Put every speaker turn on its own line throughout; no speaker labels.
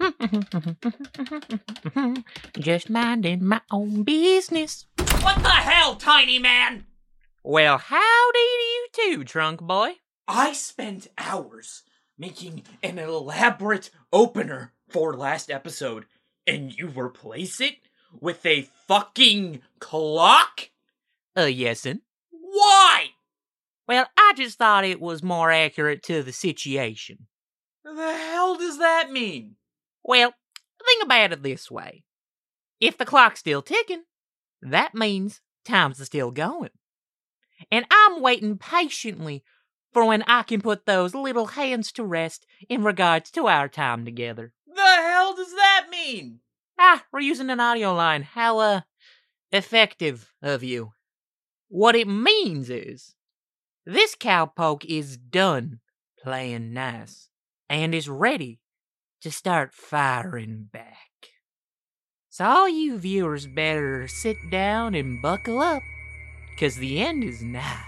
Just minding my own business.
What the hell, tiny man?
Well, howdy to you too, drunk boy.
I spent hours making an elaborate opener for last episode, and you replace it with a fucking clock?
Uh, yesin.
Why?
Well, I just thought it was more accurate to the situation.
The hell does that mean?
Well, think about it this way. If the clock's still ticking, that means time's still going. And I'm waiting patiently for when I can put those little hands to rest in regards to our time together.
The hell does that mean?
Ah, we're using an audio line. How, uh, effective of you. What it means is, this cowpoke is done playing nice and is ready to start firing back. So, all you viewers better sit down and buckle up, 'cause the end is nigh.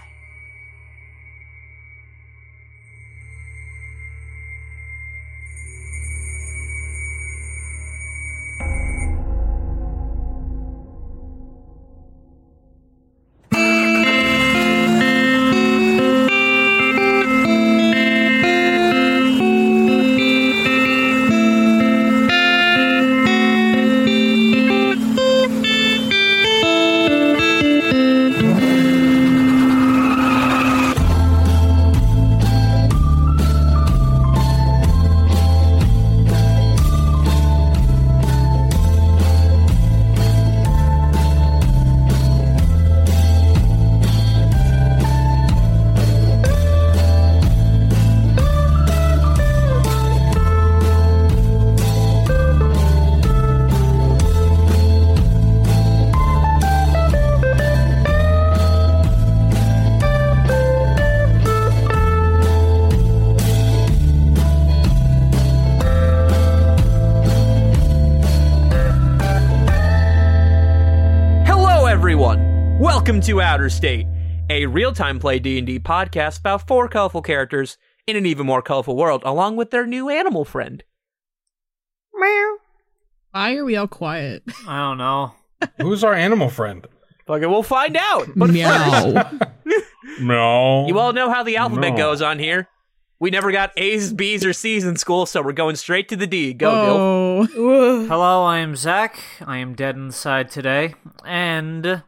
Hello, everyone. Welcome to Outer State, a real-time play D&D podcast about four colorful characters in an even more colorful world, along with their new animal friend.
Why are we all quiet?
I don't know.
Who's our animal friend?
Fucking, we'll find out. But
Meow.
No.
you all know how the alphabet
No.
goes on here. We never got A's, B's, or C's in school, so we're going straight to the D. Go, Dilf.
oh.
Hello, I am Zach. I am dead inside today, and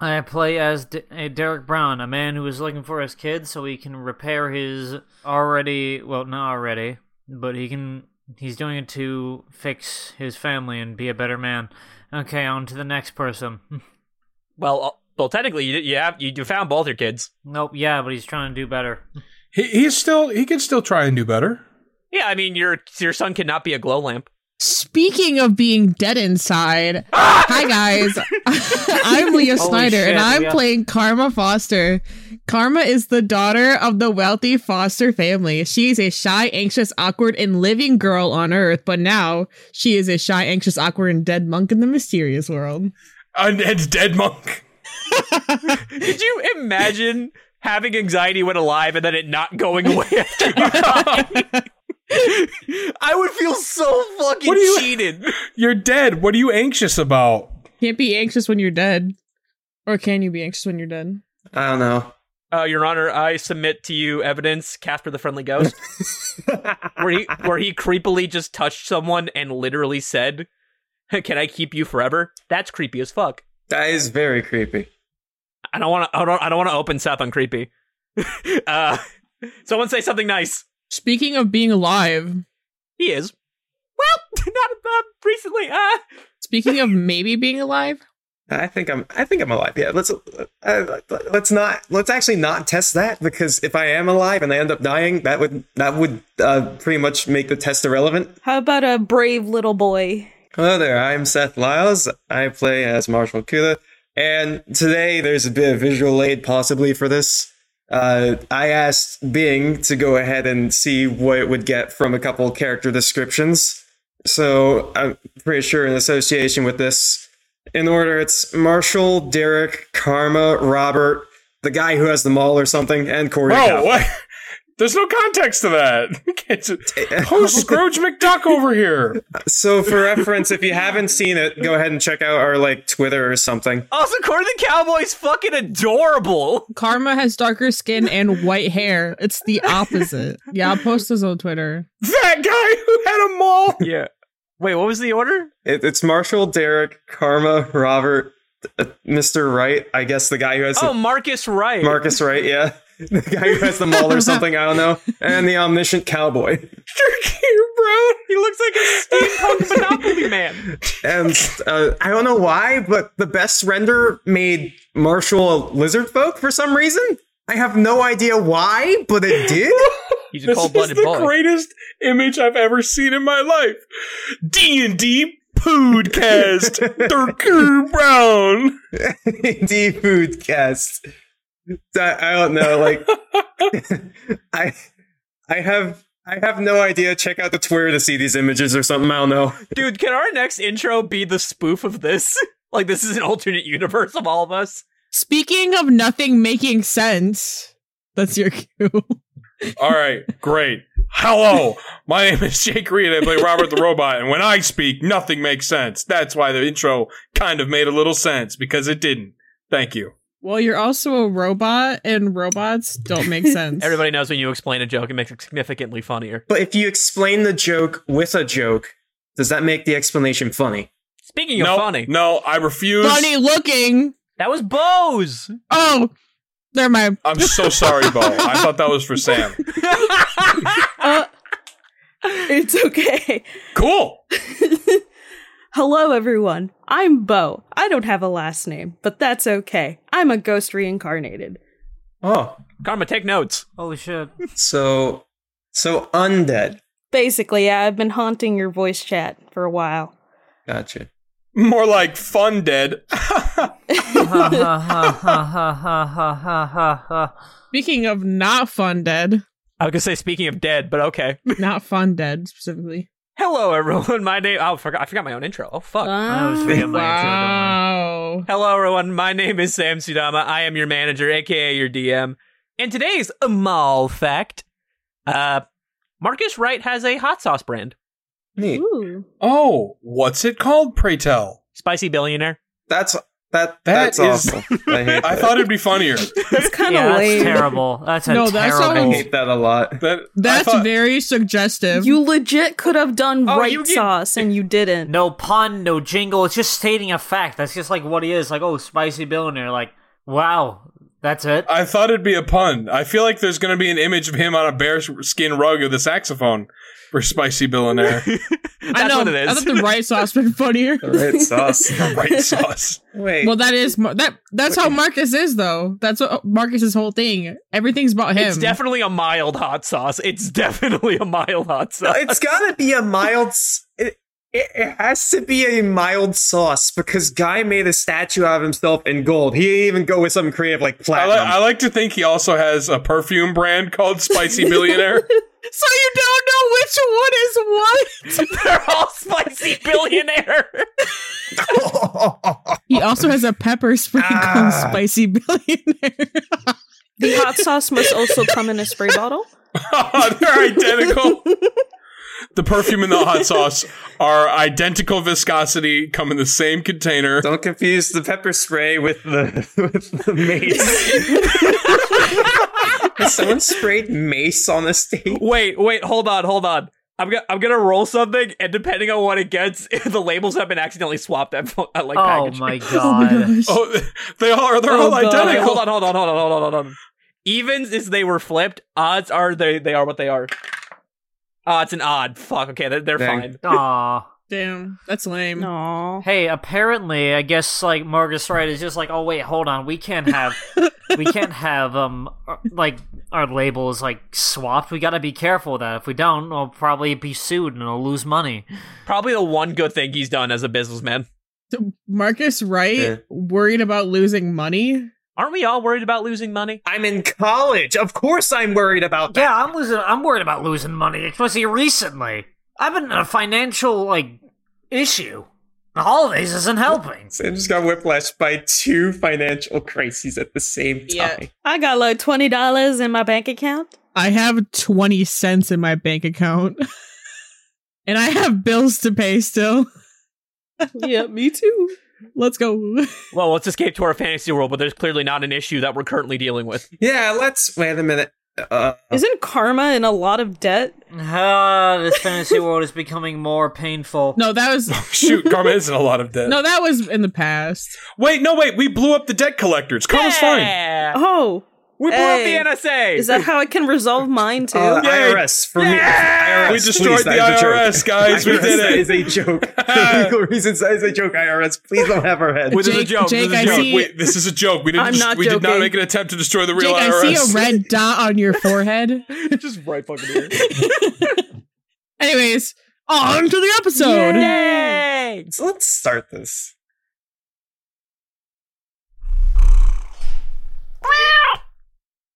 I play as D- a Derek Brown, a man who is looking for his kid so he can repair his already well, not already, but he can. He's doing it to fix his family and be a better man. Okay, on to the next person.
Well, uh, well, technically, you you, have, you you found both your kids.
nope, yeah, but he's trying to do better.
He, he's still he can still try and do better.
Yeah, I mean, your your son cannot be a glow lamp.
Speaking of being dead inside,
Ah!
hi guys. I'm Leah
Holy
Snyder
shit,
and I'm
Leah.
playing Karma Foster. Karma is the daughter of the wealthy Foster family. She is a shy, anxious, awkward, and living girl on Earth, but now she is a shy, anxious, awkward, and dead monk in the mysterious world.
And it's dead monk.
Could you imagine having anxiety when alive and then it not going away after you die? I would feel so fucking
What do you-
cheated.
You're dead. What are you anxious about?
Can't be anxious when you're dead. Or can you be anxious when you're dead?
I don't know.
Uh, Your Honor, I submit to you evidence, Casper the Friendly Ghost, where he where he creepily just touched someone and literally said, "Can I keep you forever?" That's creepy as fuck.
That is very creepy.
I don't want to. I don't. I don't want to open Seth on creepy. uh, someone say something nice.
Speaking of being alive,
He is. Well, not uh, recently. Uh,
speaking of maybe being alive,
I think I'm. I think I'm alive. Yeah. Let's uh, let's not let's actually not test that because if I am alive and I end up dying, that would that would uh, pretty much make the test irrelevant.
How about a brave little boy?
Hello there. I'm Seth Lyles. I play as Marshall Kuda, and today there's a bit of visual aid possibly for this. Uh, I asked Bing to go ahead and see what it would get from a couple character descriptions. So I'm pretty sure in association with this, in order, it's Marshall, Derek, Karma, Robert, the guy who has the mall or something, and Corey.
Bro,
Kaufman.
what? There's no context to that. You can't just- Host Scrooge McDuck over here.
So for reference, if you haven't seen it, go ahead and check out our like Twitter or something.
Also, Corey the Cowboy's fucking adorable.
Karma has darker skin and white hair. It's the opposite. Yeah, I'll post this on Twitter.
That guy who had a mall.
Yeah. Wait, what was the order?
It, it's Marshall, Derek, Karma, Robert, uh, Mr. Wright. I guess the guy who has the-
Oh, Marcus Wright.
Marcus Wright. Yeah, the guy who has the mall or something. I don't know. And the omniscient cowboy.
bro. He looks like a steampunk Monopoly man.
And uh, I don't know why, but the best render made Marshall a lizard folk for some reason. I have no idea why, but it did.
He's a
This is
cold-blooded
the
boy.
greatest image I've ever seen in my life. D and D podcast. Durker Brown.
D food cast. I, I don't know. Like, I, I have, I have no idea. Check out the Twitter to see these images or something. I don't know.
Dude, can our next intro be the spoof of this? Like this is an alternate universe of all of us.
Speaking of nothing making sense, that's your cue.
All right, great. Hello, my name is Jake Reed. I play Robert the Robot, and when I speak, nothing makes sense. That's why the intro kind of made a little sense because it didn't. Thank you.
Well, you're also a robot, and robots don't make sense.
Everybody knows when you explain a joke, it makes it significantly funnier.
But if you explain the joke with a joke, does that make the explanation funny?
Speaking of
no,
funny,
no, I refuse.
funny looking.
that was Bose.
Oh, never mind.
I'm so sorry, Bo. I thought that was for Sam.
It's okay.
Cool.
Hello, everyone. I'm Bo. I don't have a last name, but that's okay. I'm a ghost reincarnated.
Oh,
Karma, take notes.
Holy shit.
so, so undead.
Basically, yeah, I've been haunting your voice chat for a while.
Gotcha.
More like fun dead.
Ha, ha, ha, ha, ha, ha, ha, ha, ha, ha.
Speaking of not fun dead,
I was gonna say speaking of dead, but okay.
not fun dead specifically.
Hello everyone. My name oh I forgot I forgot my own intro. Oh fuck.
Uh.
I was thinking my intro, don't worry.
Wow.
Hello, everyone. My name is Sam Sudama. I am your manager, aka your DM. And today's mall fact: uh, Marcus Wright has a hot sauce brand,
Neat.
Ooh.
Oh, what's it called? Pray tell.
Spicy Billionaire.
That's that.
That
That's
is-
awful. I hate. That.
I thought it'd be funnier.
That's kind of
Yeah, that's
lame.
terrible. That's a
No, that
terrible.
I
sounds-
hate that a lot.
That I
That's
thought-
very suggestive.
You legit could have done
Oh,
right
you get-
sauce and you didn't.
No pun, no jingle. It's just stating a fact. That's just like what he is. Like, oh, spicy billionaire. Like, wow, that's it.
I thought it'd be a pun. I feel like there's going to be an image of him on a bear skin rug with a saxophone for Spicy Billionaire.
That's
I know.
what it
I
is.
thought the right sauce been funnier.
Red sauce.
right sauce.
Wait.
Well, that is Mar- that. That's how Marcus is, though. That's what oh, Marcus's whole thing. Everything's about him.
it's definitely a mild hot sauce. It's definitely a mild hot sauce.
it's got to be a mild. s- It, it, it has to be a mild sauce because Guy made a statue out of himself in gold. He didn't even go with something creative like
I, li-
platinum.
I like to think he also has a perfume brand called Spicy Billionaire.
so you don't know which one is what.
They're all spicy billionaire.
He
Oh.
also has a pepper spray called
Ah.
Spicy Billionaire.
The hot sauce must also come in a spray bottle.
They're identical. The perfume and the hot sauce are identical viscosity, come in the same container.
Don't confuse the pepper spray with the with the mace. Has someone sprayed mace on the stage?
wait, wait, hold on, hold on. I'm gonna I'm gonna roll something, and depending on what it gets, the labels have been accidentally swapped. At, fo- at like
oh
packaging.
my god.
Oh, they are. They're all
Oh, God.
Wait,
identical.
hold on, hold on, hold on, hold on, hold on. Evens is they were flipped. Odds are they they are what they are. Ah, it's an odd. Fuck. Okay, they're, they're
Dang.
fine.
Aw.
Damn, that's lame.
No.
Hey, apparently, I guess like Marcus Wright is just like, oh wait, hold on, we can't have, we can't have um our- like our labels like swapped. We gotta be careful with that. If we don't, we'll probably be sued and we'll lose money.
Probably the one good thing he's done as a businessman.
Marcus Wright
Yeah.
worried about losing money.
Aren't we all worried about losing money?
I'm in college. Of course, I'm worried about that.
Yeah, I'm losing. I'm worried about losing money, especially recently. I've been in a financial like issue. The holidays isn't helping.
Sam just got whiplashed by two financial crises at the same time.
Yeah.
I got like $20 in my bank account.
I have 20 cents in my bank account. and I have bills to pay still.
yeah, me too.
Let's go.
Well, let's escape to our fantasy world, but there's clearly not an issue that we're currently dealing with.
Yeah, let's wait a minute. Uh,
Isn't karma in a lot of debt?
Ah, this fantasy world is becoming more painful.
No, that was
Shoot, Karma is in a lot of debt.
No, that was in the past.
Wait, no, wait. We blew up the debt collectors. Karma's fine.
Yeah.
Oh,
We blew
Hey.
up the NSA.
is that how I can resolve mine too?
uh,
Yay.
IRS for me. IRS,
We destroyed
please,
the
that is a joke.
IRS, guys. We
IRS,
did
That
it.
is a joke. For legal reasons, that is a joke. IRS, please don't have our head.
Well, this is a
Jake-
joke.
Jake,
this
I
is a joke.
see-
Wait, this is a joke. We didn't.
I'm
just-
not
we did not
joking.
make an attempt to destroy the real
Jake,
IRS.
I see a red dot on your forehead.
Just right fucking here.
Anyways, on to the episode.
Yay!
So let's start this.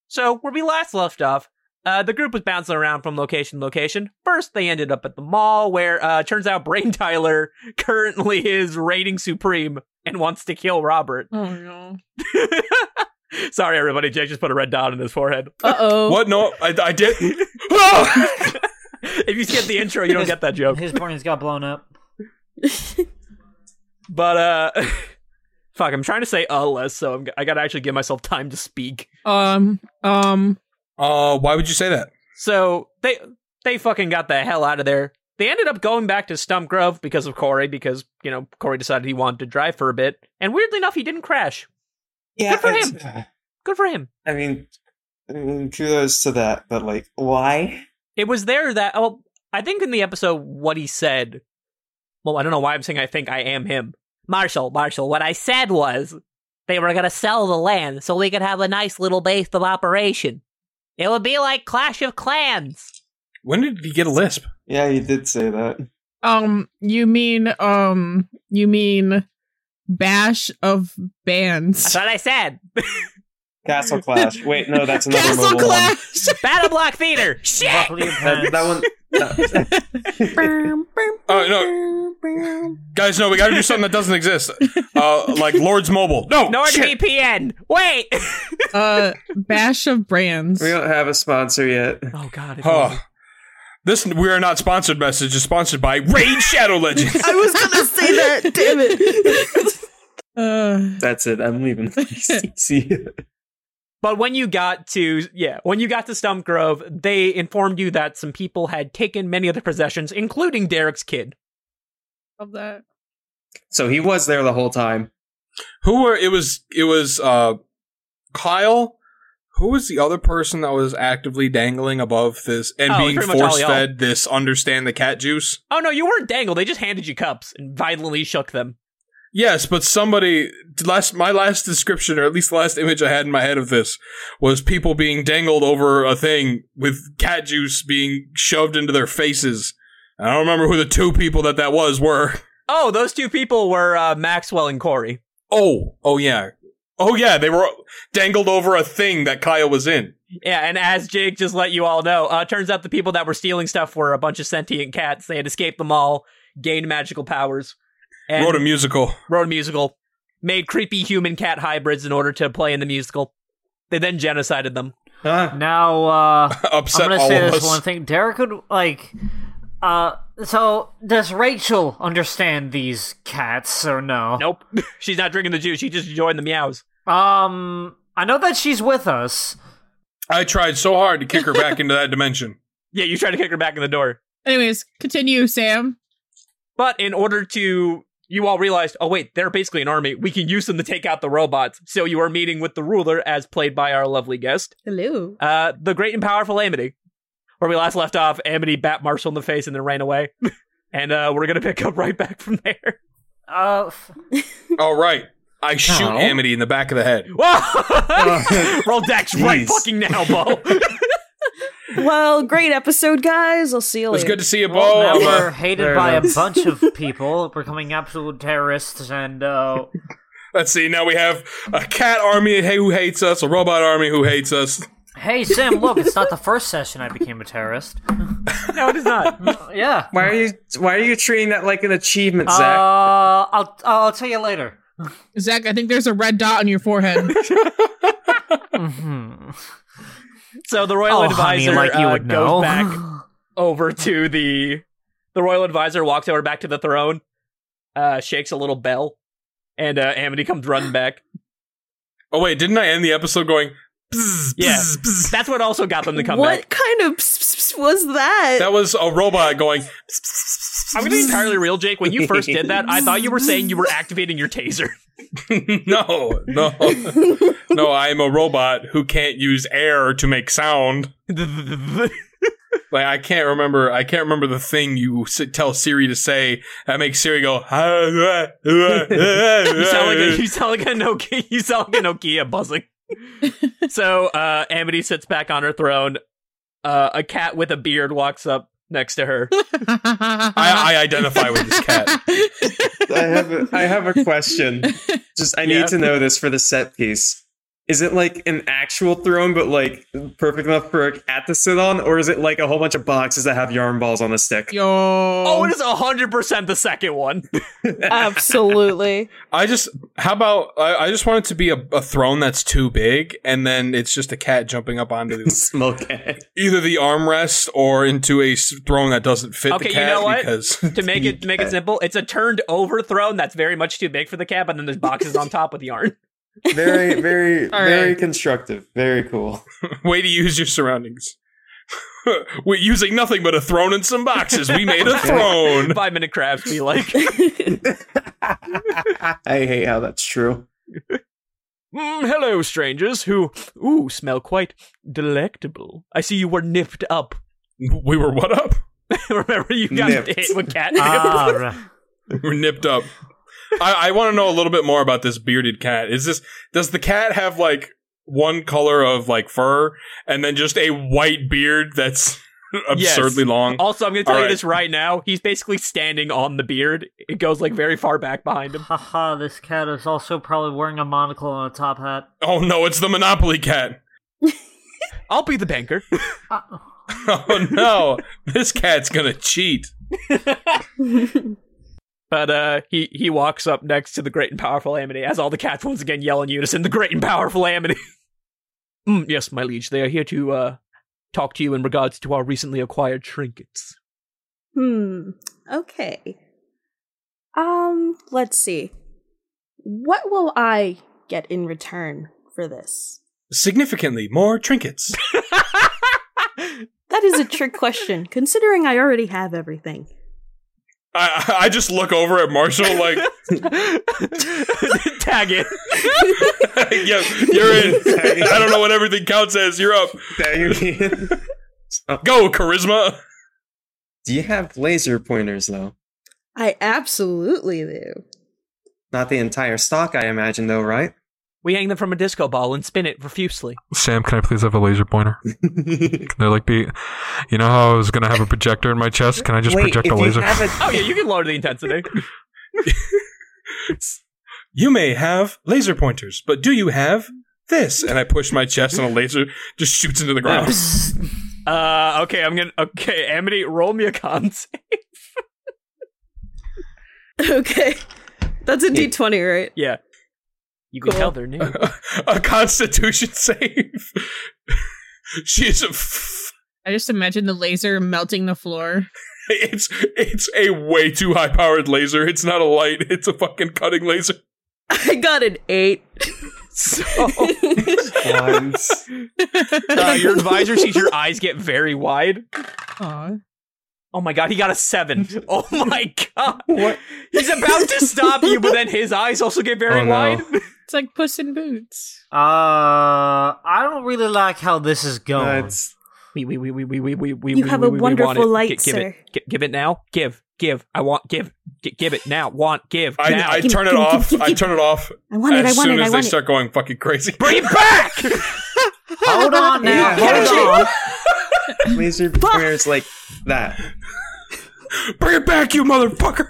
So, where we last left off, uh, the group was bouncing around from location to location. First, they ended up at the mall, where uh, turns out Brain Tyler currently is raiding Supreme and wants to kill Robert.
Oh no.
Sorry, everybody. Jake just put a red dot on his forehead.
Uh oh.
What? No, I, I did.
if you skip the intro, you don't get that joke.
His brains got blown up.
But uh, fuck, I'm trying to say uh less, so I'm, I gotta actually give myself time to speak.
Um. Um.
Uh, why would you say that?
So they they fucking got the hell out of there. They ended up going back to Stump Grove because of Corey, because you know Corey decided he wanted to drive for a bit, and weirdly enough, he didn't crash.
Yeah,
Good for
it's-
Good for him.
I mean, I mean, kudos to that, but like, why?
It was there that well, I think in the episode what he said. Well, I don't know why I'm saying I think I am him. Marshall, Marshall, what I said was they were gonna sell the land so we could have a nice little base of operation. It would be like Clash of Clans.
When did he get a lisp?
Yeah, you did say that.
Um. You mean? Um. You mean? Bash of
That's
bands.
what I said.
Castle Clash. Wait, no, that's another
Castle
mobile
Clash.
Battle Block Theater. Shit.
Luckily, your
one. That,
parents-
that one. no.
Oh no, guys, no. We got to do something that doesn't exist. Uh, like Lords Mobile. No, shit.
NordVPN. Wait.
uh. Bash of brands.
we don't have a sponsor yet.
Oh God. if
Oh, this we are not sponsored. Message is sponsored by Raid Shadow Legends.
I was gonna say that. Damn it.
Uh.
That's it. I'm leaving. See,
But when you got to yeah, when you got to Stump Grove, they informed you that some people had taken many of the possessions, including Derek's kid.
Love that.
so he was there the whole time.
Who were? It was. It was. Uh, Kyle. Who was the other person that was actively dangling above this and
Oh,
being
pretty much all
force
y'all.
fed this? Understand the cat juice.
Oh no, you weren't dangled. They just handed you cups and violently shook them.
Yes, but somebody last my last description, or at least the last image I had in my head of this, was people being dangled over a thing with cat juice being shoved into their faces. I don't remember who the two people that that was were.
Oh, those two people were uh, Maxwell and Corey.
Oh, oh yeah, oh yeah, they were dangled over a thing that Kyle was in.
Yeah, and as Jake just let you all know, uh, turns out the people that were stealing stuff were a bunch of sentient cats. They had escaped them all, gained magical powers, and
Wrote a musical.
wrote a musical, made creepy human cat hybrids in order to play in the musical. They then genocided them.
Huh?
Now, uh, I'm
Upset
gonna
all
say
of
this
us.
one thing. Derek would like. Uh, so does Rachel understand these cats or no?
Nope. She's not drinking the juice. She just joined the meows.
Um, I know that she's with us.
I tried so hard to kick her back into that dimension.
Yeah, you try to kick her back in the door.
Anyways, continue, Sam.
But in order to, you all realized, oh, wait, they're basically an army. We can use them to take out the robots. So you are meeting with the ruler, as played by our lovely guest,
Hello.
uh, the great and powerful Amity. Where we last left off, Amity bat Marshall in the face and then ran away. and uh, we're going to pick up right back from there.
Uh, f-
All right, I shoot
Ow.
Amity in the back of the head.
Whoa! Roll dex right
Jeez.
fucking now, Bo.
Well, great episode, guys. I'll see you
It was
later.
good to see you,
Oh,
Bo.
well,
I'm,
now
uh,
we're hated
fair
by a
enough.
bunch of people, becoming absolute terrorists, and uh,
Let's see. Now we have a cat army who hates us, a robot army who hates us.
hey, Sam, look, it's not the first session I became a terrorist.
no, it is not.
Yeah.
Why are you? Why are you treating that like an achievement,
Uh,
Zach?
I'll I'll tell you later.
Zach, I think there's a red dot on your forehead.
Mhm.
So the royal
oh, honey,
advisor
like you
uh,
would
goes
know.
back over to the the royal advisor walks over back to the throne, uh, shakes a little bell, and uh, Amity comes running back.
Oh wait, didn't I end the episode going? Bzz,
Yeah.
bzz, bzz?
That's what also got them to come
what
back.
kind of pss- pss- was that?
That was a robot going.
I'm gonna be entirely real, Jake. When you first did that, I thought you were saying you were activating your taser.
no, no, no. I'm a robot who can't use air to make sound. Like I can't remember. I can't remember the thing you s- tell Siri to say that makes Siri go.
You sound like a, you sound like a Nokia. You sound like a Nokia buzzing. so uh, Amity sits back on her throne. Uh, a cat with a beard walks up next to her.
I, I identify with this cat.
I have a, I have a question. Just I need
Yeah.
to know this for the set piece. Is it like an actual throne, but like perfect enough for a cat to sit on, or is it like a whole bunch of boxes that have yarn balls on a stick?
Yo.
Oh, it is hundred percent the second one.
Absolutely.
I just. How about? I, I just want it to be a, a throne that's too big, and then it's just a cat jumping up onto the,
Small cat.
either the armrest or into a s- throne that doesn't fit
Okay,
the
you
cat.
know what?
Because
to make it to make it simple, it's a turned over throne that's very much too big for the cat, but then there's boxes on top with yarn.
Very, very,
All
very
right.
constructive. Very cool.
way to use your surroundings. We're using nothing but a throne and some boxes. We made a throne.
Five minute crabs be like,
I hate how that's true.
"Mm, hello, strangers who ooh smell quite delectable. I see you were nipped up.
We were what up?
Remember you got
Nipped.
hit with cat
ah,
nip.
right.
We were nipped up. I, I want to know a little bit more about this bearded cat. Is this does the cat have like one color of like fur and then just a white beard that's absurdly long?
Also, I'm gonna tell
All
you
right.
this right now. He's basically standing on the beard. It goes like very far back behind him.
Haha, this cat is also probably wearing a monocle and a top hat.
Oh no, it's the Monopoly cat.
I'll be the banker.
Uh,
Oh no, this cat's gonna cheat.
But uh, he he walks up next to the great and powerful Amity, as all the cats once again yell in unison, "The great and powerful Amity." mm, yes, my liege, they are here to uh, talk to you in regards to our recently acquired trinkets.
hmm. Okay. Um, let's see. What will I get in return for this?
Significantly more trinkets.
That is a trick question, considering I already have everything.
I, I just look over at Marshall like,
Tag it.
yeah, you're in. I don't know what everything counts as. You're up.
Dang it.
Go, charisma.
Do you have laser pointers though?
I absolutely do.
Not the entire stock, I imagine, though, right?
We hang them from a disco ball and spin it profusely.
Sam, can I please have a laser pointer? Can there like be, you know how I was gonna have a projector in my chest? Can I just project a laser?
a
Oh yeah, you can lower the intensity.
You may have laser pointers, but do you have this? And I push my chest, and a laser just shoots into the ground.
Uh, okay, I'm gonna. Okay, Amity, roll me a con. save.
Okay. That's a d20, right?
yeah, you can
Cool.
tell they're new.
a Constitution save. She's a. F-
I just imagine the laser melting the floor.
it's it's a way too high powered laser. It's not a light. It's a fucking cutting laser.
I got an 8.
So.
once.
Uh, your advisor sees your eyes get very wide.
Aw.
Oh my god, he got a seven. Oh my god. He's about to stop you, but then his eyes also get very
Oh, no.
wide.
It's like Puss in Boots.
uh, I don't really like how this is
Oh.
going.
That's
We we we we we we we we
You
we-
have
we-
a
we- we
wonderful
want it. Gi-
light,
give
sir.
It. Gi- give it now. Give. Give. I want give. Gi- give it now. Want give. now.
I, I turn it off. I turn it off
I want it, I
as
want
soon
it, I
as they
want it.
start going fucking crazy.
Bring it back!
Hold on now,
Catch
hold on.
laser pointers like that.
Bring it back, you motherfucker!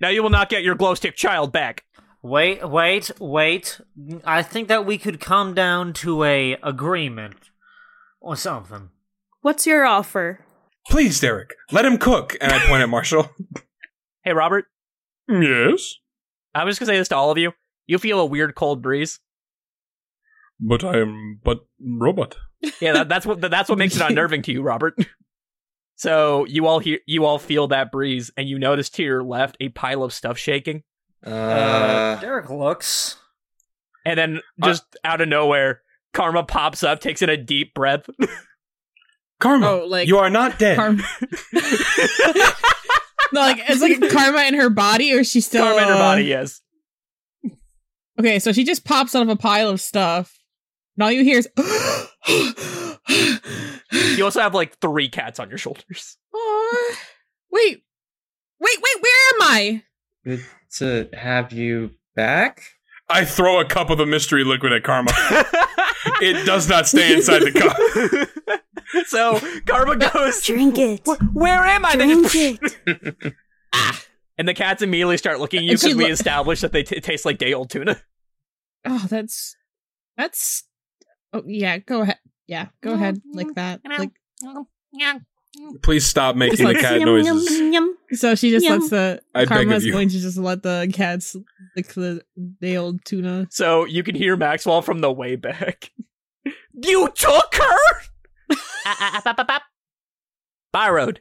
now you will not get your glow stick child back.
Wait, wait, wait. I think that we could come down to a agreement or something.
What's your offer?
Please, Derek, let him cook. And I point at Marshall.
Hey Robert,
yes.
I'm just gonna say this to all of you. You feel a weird cold breeze.
But I am but robot.
Yeah, that, that's what that's what makes it unnerving to you, Robert. So you all hear, you all feel that breeze, and you notice to your left a pile of stuff shaking,
Uh,
Derek looks.
and then
Uh,
just out of nowhere, Karma pops up, takes in a deep breath. Hmm.
Karma,
Oh, like
you are not dead.
Karma. no, like it's like karma in her body, or she's still
Karma in her
uh,
body, yes.
Okay, so she just pops out of a pile of stuff, and all you hear is.
You also have like three cats on your shoulders.
Aw. Wait, wait, wait! Where am I?
good to have you back.
I throw a cup of the mystery liquid at Karma. it does not stay inside the cup.
so Karma goes,
Drink it.
"Wh- "Where am I?" They
Drink
just-
it.
and the cats immediately start looking at you
And she
because we
lo-
established that they t- taste like day old tuna.
Oh, that's that's. Oh yeah, go ahead. Yeah, go ahead like that. Like
Please stop making the
like-
cat
Yum,
noises.
yum, yum.
so, she just
Yum.
lets the
I beg
karma's
of you.
going to just let the cats lick the day old tuna.
So you can hear Maxwell from the way back. You took her?
Ah,
Borrowed,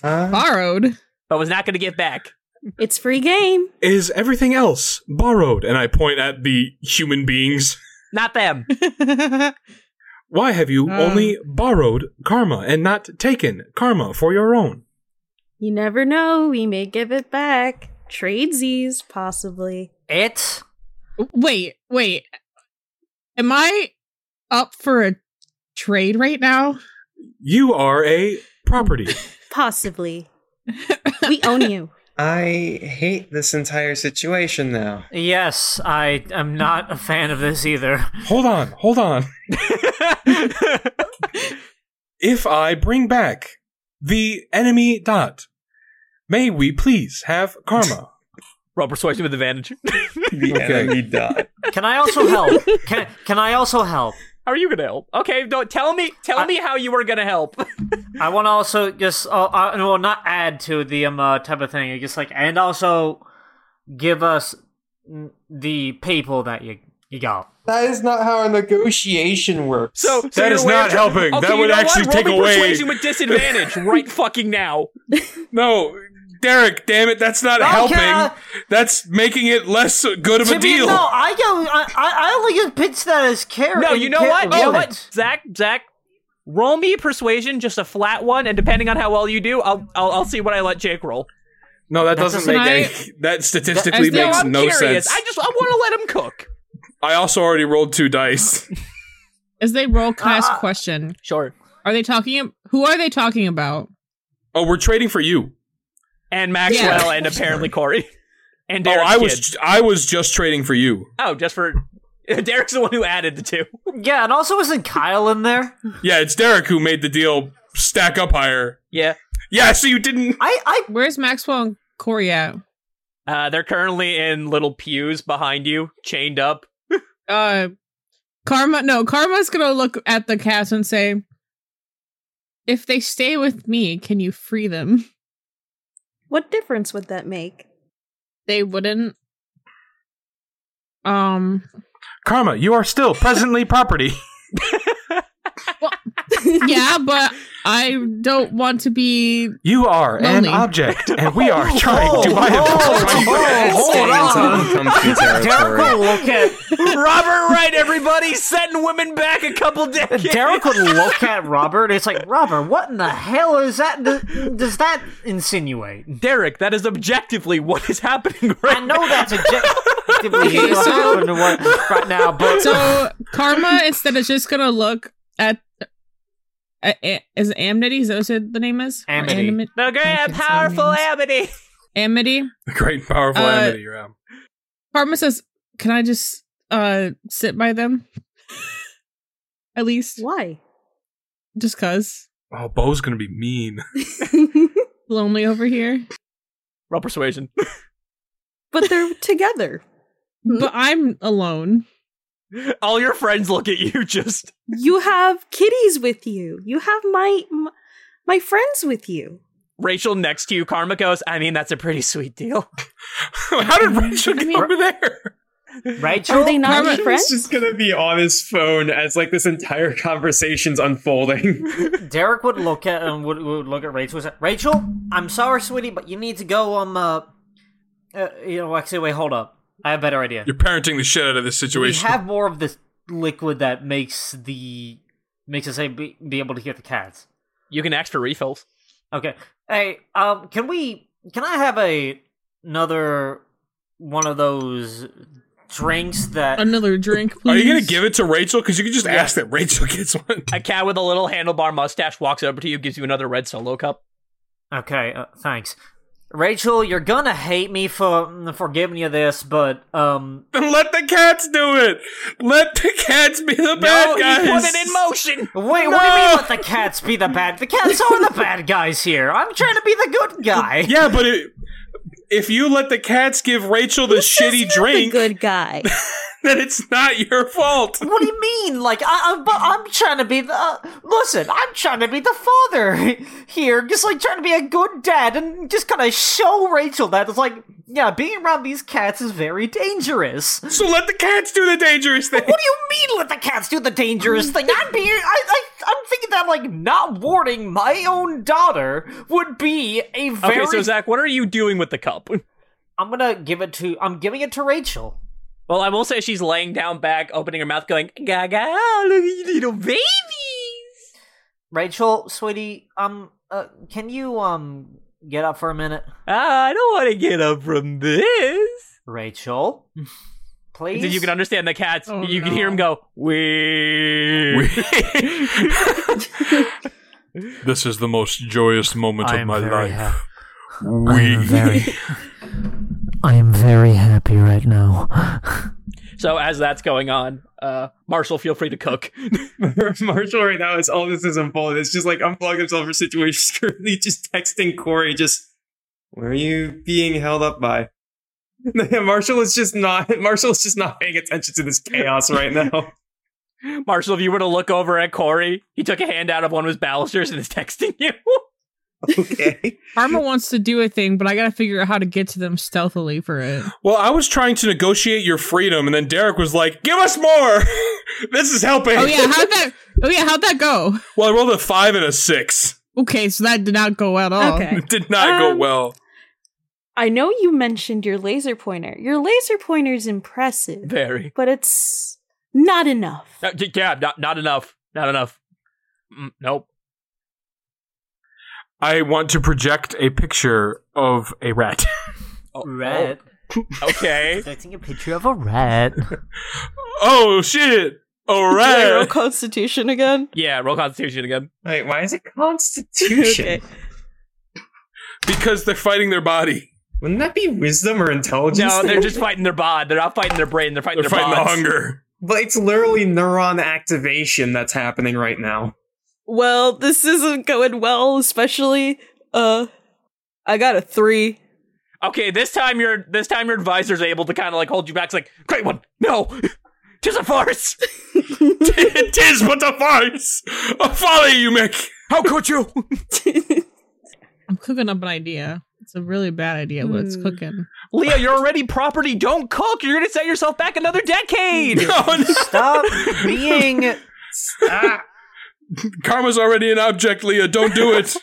Huh?
Borrowed.
but was not going to get back.
It's free game.
Is everything else borrowed? And I point at the human beings.
Not them.
Why have you
Um.
only borrowed Karma and not taken Karma for your own?
You never know. We may give it back. Tradesies, possibly.
It?
wait, wait. Am I up for a trade right now?
You are a property.
Possibly. we own you.
I hate this entire situation now.
Yes, I am not a fan of this either.
hold on, hold on. If I bring back the enemy dot, may we please have Karma?
Robert swipes you with advantage.
The enemy died.
Can I also help? Can Can I also help?
How are you going to help? Okay, no, tell me, tell me how you were going to help.
I want to also just, uh, uh, well, not add to the um uh, type of thing. I Just like, and also give us mm, the people that you you got.
That is not how a negotiation works.
So, so
That
your
is
way
not
of tr-
helping.
Okay,
That
you
would
know what?
actually
Roll
take
me
away-
persuasion with disadvantage right fucking now.
No, Derek, damn it, that's not
Okay.
helping. That's making it less good of a
To be-
deal.
No, I go. I, I I only get pitched that as care.
No,
and
you know
care-
what? You know
love
what?
it.
Zach, Zach, roll me persuasion, just a flat one, and depending on how well you do, I'll I'll, I'll see what I let Jake roll.
No, that doesn't
doesn't-
make any. That statistically
That-
makes
I'm
no
curious.
sense.
I just I want to let him cook.
I also already rolled two dice.
As they roll, can I ask
Ah.
a question?
Sure.
Are they talking? Who are they talking about?
Oh, we're trading for you.
And Maxwell, and apparently Corey, and Derek's
oh, I was
kid.
I was just trading for you.
Oh, just for Derek's the one who added the two.
Yeah, and also isn't Kyle in there?
Yeah, it's Derek who made the deal stack up higher.
Yeah.
Yeah, so you didn't.
I I
Where's Maxwell and Corey at?
Uh, they're currently in little pews behind you, chained up.
Uh, Karma. No, Karma's gonna look at the cats and say, "If they stay with me, can you free them?
What difference would that make?
They wouldn't." Um.
Karma, you are still presently property.
Yeah, but I don't want to be.
You are
Lonely.
object, and we are trying
Oh, oh, oh,
Stay until
hold on.
it becomes your
Derek
territory.
will look at
Robert Wright, everybody, setting women back a couple decades.
Derek would look at Robert. It's like Robert, what in the hell is that? Does, does that insinuate?
Derek, that is objectively what is happening right
I know that's objectively
Okay,
what's
so-
happening to what- right now, but
So Karma, instead is just gonna look at. Uh, is it Amity? Is that what the name is? Or
Amity.
Animi-
The
I
great
think so,
powerful
yes.
Amity.
Amity.
Great, powerful
Uh,
enemy, you're out.
Karma says, "Can I just uh sit by them? At least,
Why?
just cause
Oh, Bo's gonna be mean.
lonely over here.
Roll persuasion.
but they're together.
But I'm alone.
All your friends look at you just.
You have kitties with you. You have my my, my friends with you.
Rachel next to you, Karma goes, I mean, that's a pretty sweet deal.
Mm-hmm.
How did Rachel
I
get
mean-
over there?
Rachel?
Are they not
Karma-
your friends?
It's just gonna be on his phone as like this entire conversation's unfolding.
Derek would look at um, would, would look at Rachel. and say, Rachel, I'm sorry, sweetie, but you need to go. Um, uh, uh, you know, actually, wait, hold up. I have a better idea.
You're parenting the shit out of this
We
situation.
have more of this liquid that makes the makes us ab- be, able to hear the cats.
You can ask for refills.
Okay. Hey, um, can we? Can I have a another one of those drinks that?
Another drink, please.
Are you gonna give it to Rachel? Because you can just ask that Rachel gets one.
A cat with a little handlebar mustache walks over to you, gives you another red solo cup.
Okay, uh, thanks. Rachel, you're gonna hate me for for giving you this, but um,
Let the cats do it. Let the cats be the
No,
bad
he
guys.
put it in motion.
Wait, what do you mean let the cats be the bad? The cats are the bad guys here. I'm trying to be the good guy.
Yeah, but it, if you let the cats give Rachel the shitty
The
drink,
good guy.
then it's not your fault.
What do you mean? Like I, I'm, but I'm trying to be the. Uh, listen, I'm trying to be the father here, just like trying to be a good dad and just kind of show Rachel that it's like, yeah, being around these cats is very dangerous. What
So let the cats do the dangerous thing.
do you mean? Let the cats do the dangerous thing? I'm being. I, I, I'm thinking that like not warning my own daughter would be a very.
Okay, so Zach, what are you doing with the cup?
I'm gonna give it to. I'm giving it to Rachel.
Well, I will say she's laying down back, opening her mouth, going, Gaga, look at you little babies.
Rachel, sweetie, um, uh, can you um get up for a minute?
Ah, I don't want to get up from this.
Rachel, please.
Did you can understand the cats?
Oh,
you can
no.
hear them go, we.
This is the most joyous moment of my life.
I am very. I am very happy right now.
So as that's going on, uh, Marshall, feel free to cook.
Marshall right now is all this is unfolding. It's just like unplugging himself for situations currently just texting Corey, just where are you being held up by? Marshall is just not Marshall's just not paying attention to this chaos right now.
Marshall, if you were to look over at Corey, he took a hand out of one of his balusters and is texting you.
okay.
Karma wants to do a thing, but I gotta figure out how to get to them stealthily for it.
Well, I was trying to negotiate your freedom, and then Derek was like, "Give us more. this is helping."
Oh yeah, how'd that? Oh yeah, how'd that go?
Well, I rolled a five and a six.
Okay, so that did not go at all.
Okay.
It did not go
Um,
well.
I know you mentioned your laser pointer. Your laser pointer is impressive,
Very.
but it's not enough.
Uh, d- yeah, not, not enough. Not enough. Mm, nope.
I want to project a picture of a rat.
Rat.
Oh, Okay.
Taking a picture of a rat.
Oh shit! All right.
Constitution again.
yeah, roll Constitution again.
Wait, why is it constitution?
Okay.
because they're fighting their body.
Wouldn't that be wisdom or intelligence?
No, they're just fighting their bod. They're not fighting their brain. They're fighting
They're
their
fighting the
bods.
hunger.
but it's literally neuron activation that's happening right now.
Well, this isn't going well, especially uh I got a three.
Okay, this time your this time your advisor's able to kind of like hold you back. It's like, great one. No, tis a farce.
it is but a farce, a folly you make.
How could you?
I'm cooking up an idea. It's a really bad idea, but it's
Hmm.
cooking.
Leah, you're already property. Don't cook. You're gonna set yourself back another decade.
Stop being.
Ah.
Karma's already an object, Leah. Don't do it.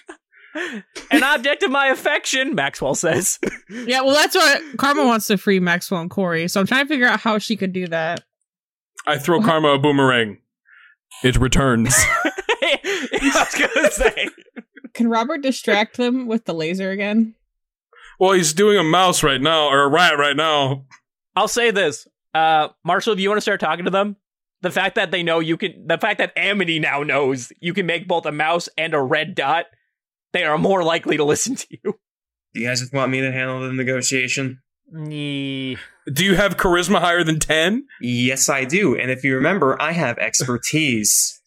An object of my affection, Maxwell says.
Yeah, well, that's what Karma wants to free Maxwell and Corey. So I'm trying to figure out how she could do that.
I throw Karma a boomerang. It returns.
I was gonna say.
Can Robert distract them with the laser again?
well, he's doing a mouse right now, or a rat right now.
I'll say this, uh, Marshall. If you want to start talking to them, the fact that they know you can, the fact that Amity now knows you can make both a mouse and a red dot, they are more likely to listen to you.
Do you guys just want me to handle the negotiation?
Nyeh.
Do you have charisma higher than 10?
Yes, I do. And if you remember, I have expertise.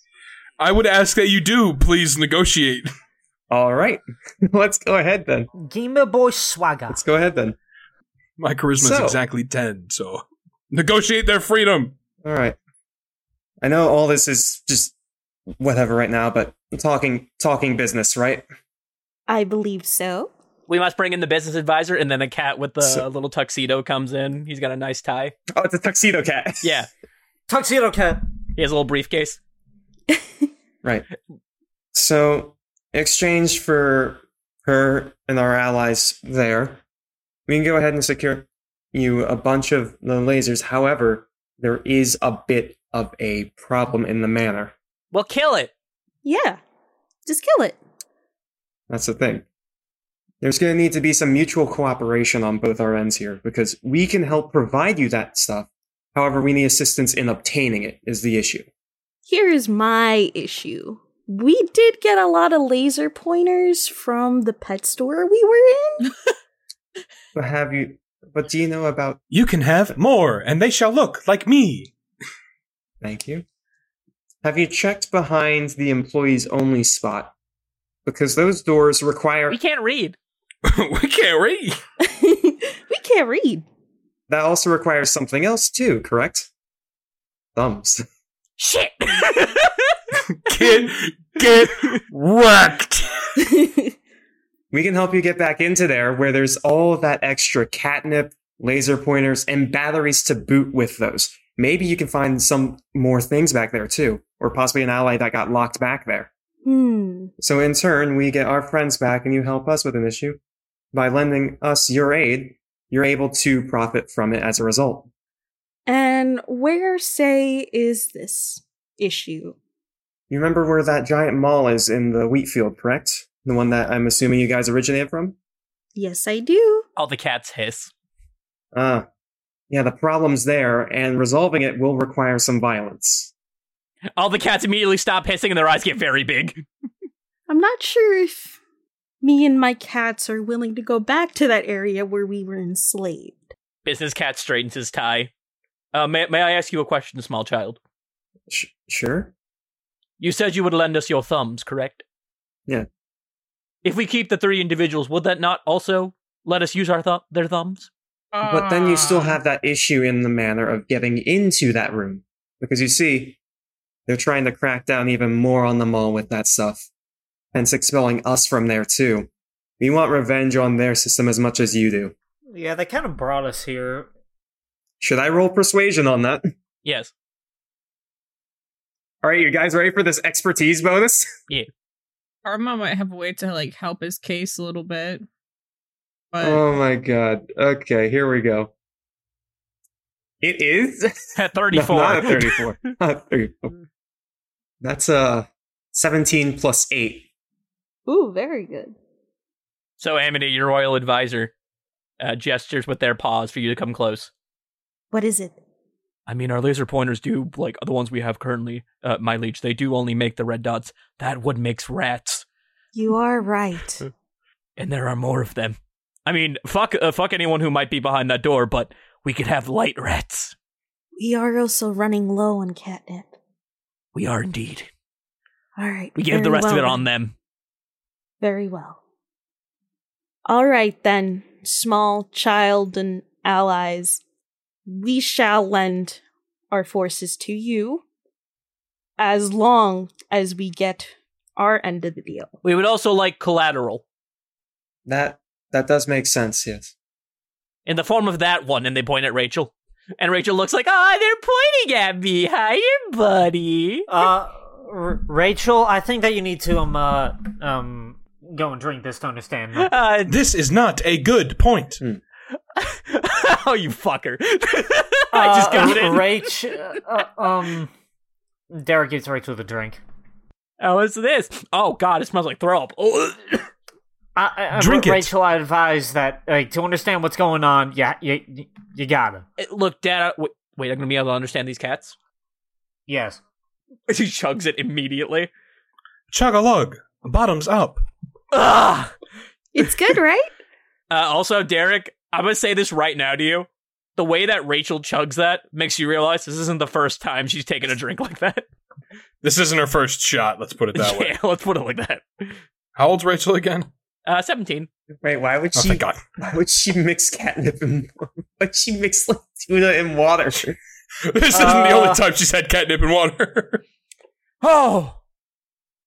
I would ask that you do please negotiate.
All right. Let's go ahead then.
Gamer boy swagger.
Let's go ahead then.
My charisma is
So-
exactly 10, so negotiate their freedom.
All right. I know all this is just whatever right now, but I'm talking talking business, right?
I believe so.
We must bring in the business advisor, and then a cat with the
So-
little tuxedo comes in. He's got a nice tie.
Oh, it's a tuxedo cat.
Yeah,
Tuxedo cat.
he has a little briefcase.
Right. So, in exchange for her and our allies there, we can go ahead and secure you a bunch of the lasers. However, there is a bit of a problem in the manor.
Well, kill it.
Yeah. Just kill it.
That's the thing. There's going to need to be some mutual cooperation on both our ends here because we can help provide you that stuff. However, we need assistance in obtaining it, is the issue.
Here is my issue. We did get a lot of laser pointers from the pet store we were in.
But have you. But do you know about.
You can have more, and they shall look like me.
Thank you. Have you checked behind the employees only spot? Because those doors require.
We can't read.
we can't read.
we can't read.
That also requires something else, too, correct? Thumbs.
Shit.
Get get wrecked.
We can help you get back into there where there's all that extra catnip, laser pointers, and batteries to boot with those. Maybe you can find some more things back there too, or possibly an ally that got locked back there.
hmm.
So in turn, we get our friends back and you help us with an issue. By lending us your aid, you're able to profit from it as a result.
And where, say, is this issue?
You remember where that giant mall is in the wheat field, correct? The one that I'm assuming you guys originated from?
Yes, I do.
All the cats hiss.
Uh, yeah, the problem's there, and resolving it will require some violence.
All the cats immediately stop hissing, and their eyes get very big.
I'm not sure if me and my cats are willing to go back to that area where we were enslaved.
Business cat straightens his tie. Uh, may may I ask you a question, small child?
Sh- sure.
You said you would lend us your thumbs, correct?
Yeah.
If we keep the three individuals, would that not also let us use our th- their thumbs?
But then you still
Ah.
have that issue in the manner of getting into that room. Because you see, they're trying to crack down even more on the mall with that stuff. Hence expelling us from there too. We want revenge on their system as much as you do.
Yeah, they kind of brought us here.
Should I roll persuasion on that?
Yes.
Alright, you guys ready for this expertise bonus?
Karma might have a way to like help his case a little bit. But
Oh my god. Okay, here we go. It is
At
No,
34.
not a 34. Not a
Mm.
34. That's a 17 plus 8.
Ooh, very good.
So, Amity, your royal advisor uh, gestures with their paws for you to come close.
What is it?
I mean, our laser pointers do, like the ones we have currently, uh, my liege, they do only make the red dots. That wood makes rats,
You are right.
and there are more of them. I mean, fuck, uh, fuck anyone who might be behind that door, but we could have light rats.
we are also running low on catnip.
We are indeed.
All right.
We give the
very
rest of
well
it on
then.
them.
Very well. All right then, small child and allies. We shall lend our forces to you as long as we get our end of the deal.
We would also like collateral
That that does make sense, yes.
in the form of that one, and they point at Rachel. And Rachel looks like, ah, they're pointing at me. Higher, buddy.
Uh, R- Rachel, I think that you need to um uh, um go and drink this to understand. them.
Uh,
This is not a good point.
oh, you fucker.
Uh,
I just got it.
Rach, uh, uh, um, Derek gives Rachel the drink.
Oh, what's this? Oh, God, it smells like throw up. Oh,
I, I, I-
Drink it.
Rachel, I advise that like to understand what's going on. Yeah, you, you gotta.
It- Look, Dad, I- wait, wait, I'm going to be able to understand these cats?
Yes.
She chugs it immediately.
Chug a lug. Bottoms up.
Ugh.
It's good, right?
Uh, also, Derek, I'm going to say this right now to you. The way that Rachel chugs that makes you realize this isn't the first time she's taken a drink like that.
This isn't her first shot. Let's put it that way.
yeah, let's put it like that.
How old's Rachel again?
Uh, 17.
Wait, why would
Oh,
she
thank God.
why would she mix catnip and why'd she mix like tuna and water?
This isn't the
Uh,
only time she's had catnip and water.
Oh!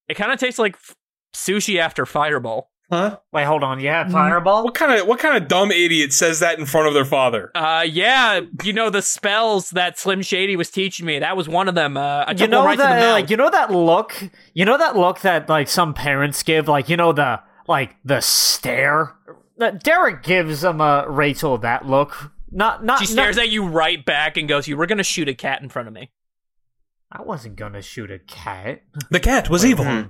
It kind of tastes like f- sushi after Fireball.
Huh?
Wait, hold on. You have fireball?
What kind of what kind of dumb idiot says that in front of their father?
Uh, yeah, you know the spells that Slim Shady was teaching me. That was one of them. Uh, I
You
took
know
one right to the
that,
mouth.
like, you know that look. You know that look that like some parents give, like you know the like the stare. Uh, Derek gives um uh, Rachel that look. Not not.
she stares at you right back and goes, "You were gonna shoot a cat in front of me."
I wasn't gonna shoot a cat.
The cat was evil.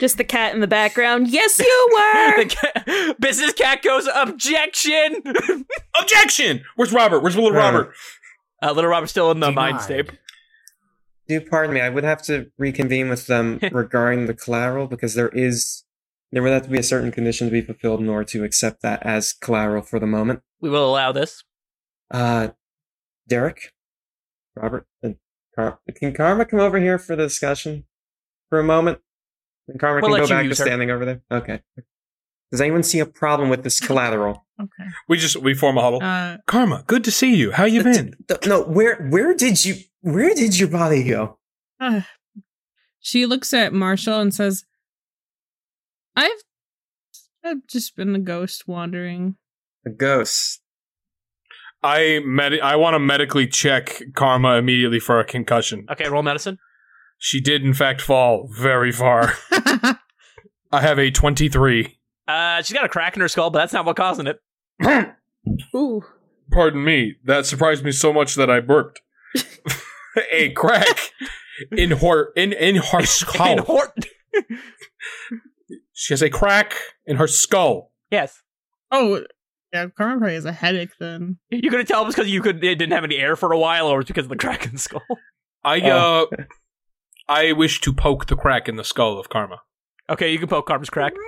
Just the cat in the background. Yes, you
The
were.
ca- business cat goes, "Objection!"
Objection! Where's Robert? Where's little
Uh.
Robert?
Uh, Little Robert's still in the mind
Denied.
state.
Do pardon me. I would have to reconvene with them regarding the collateral because there is there would have to be a certain condition to be fulfilled in order to accept that as collateral for the moment.
We will allow this.
Uh, Derek, Robert, and Car- can Karma come over here for the discussion for a moment? And Karma
We'll
can
let
go
you
back to
use her.
standing over there. Okay. Does anyone see a problem with this collateral?
Okay.
We just we form a
oh.
huddle.
Uh,
Karma, good to see you. How you been?
Th- No. Where where did you where did your body go?
uh, she looks at Marshall and says, "I've I've just been a ghost wandering."
A ghost.
I med- I want to medically check Karma immediately for a concussion.
Okay, roll medicine.
She did in fact fall very far. I have a twenty-three.
Uh, she's got a crack in her skull, but that's not what causing it.
Ooh.
Pardon me. That surprised me so much that I burped. a crack in her in in her skull.
In Hort-
she has a crack in her skull.
yes,
oh, yeah. Karma probably has a headache then.
you couldn't tell it was because you could it didn't have any air for a while, or it's because of the crack in the skull.
I uh,
Oh.
I wish to poke the crack in the skull of Karma.
Okay, you can poke Carver's crack.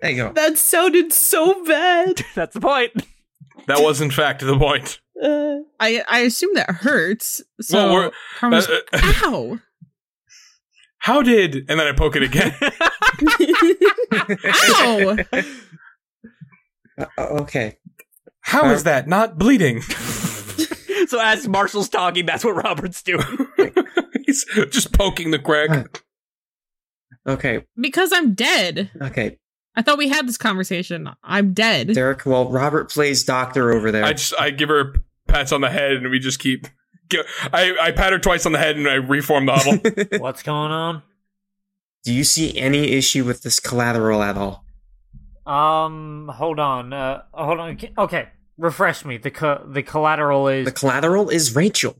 There you go.
That sounded so bad.
That's the point.
That was in fact the point.
Uh,
I I assume that hurts. So
Well, we're-
Karma's
uh, uh,
ow.
How did? And then I poke it again.
Ow!
Uh, okay.
How is that not bleeding?
so as Marshall's talking, that's what Robert's doing.
He's just poking the crack.
Okay.
Because I'm dead.
Okay.
I thought we had this conversation. I'm dead.
Derek, well, Robert plays doctor over there.
I just I give her pats on the head, and we just keep. go- I I pat her twice on the head, and I reform the huddle.
What's going on?
Do you see any issue with this collateral at all?
Um, hold on. Uh, hold on. Okay, refresh me. The co- the collateral is
The collateral is Rachel.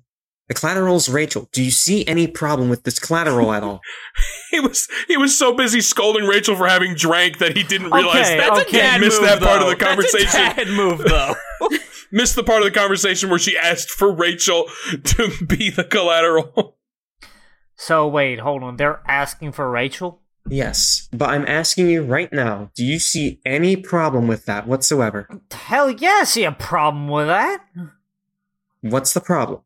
The collateral is Rachel. Do you see any problem with this collateral at all?
he was he was so busy scolding Rachel for having drank that he didn't realize
Okay,
that
okay.
he
Dad
missed that part of the
That's a
conversation.
dad move, though.
Missed the part of the conversation where she asked for Rachel to be the collateral.
so. Wait, hold on. They're asking for Rachel.
yes. But I'm asking you right now, do you see any problem with that whatsoever?
Hell yeah, I see a problem with that.
What's the problem?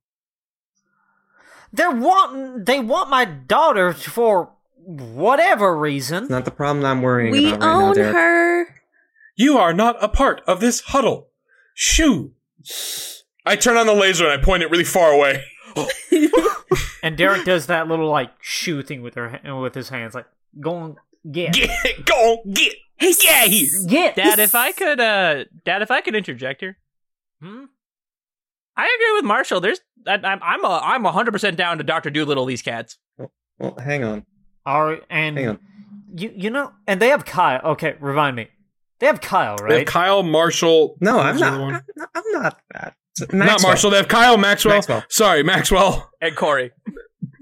They're wanting. They want my daughter for whatever reason.
It's not the problem I'm worrying
we
about right now,
own
Derek.
her.
You are not a part of this huddle. Shoo. I turn on the laser and I point it really far away.
And Derek does that little like shoe thing with her ha- with his hands, like go on, get,
Get it, go on, get. Hey, yeah, he's.
get.
Dad, if I could, uh, Dad, if I could interject here,
Hmm?
I agree with Marshall. There's, I, I'm, I'm, a, I'm 100 percent down to Doctor Doolittle these cats.
Well, hang on.
Are and
Hang on.
you you know, and they have Kyle. Okay, remind me. They have Kyle,
They
right?
have Kyle Marshall.
No, I'm
Who's the other
not.
one?
I'm not, I'm not that.
Not Marshall. They have Kyle Maxwell.
Maxwell.
Sorry, Maxwell.
And Corey,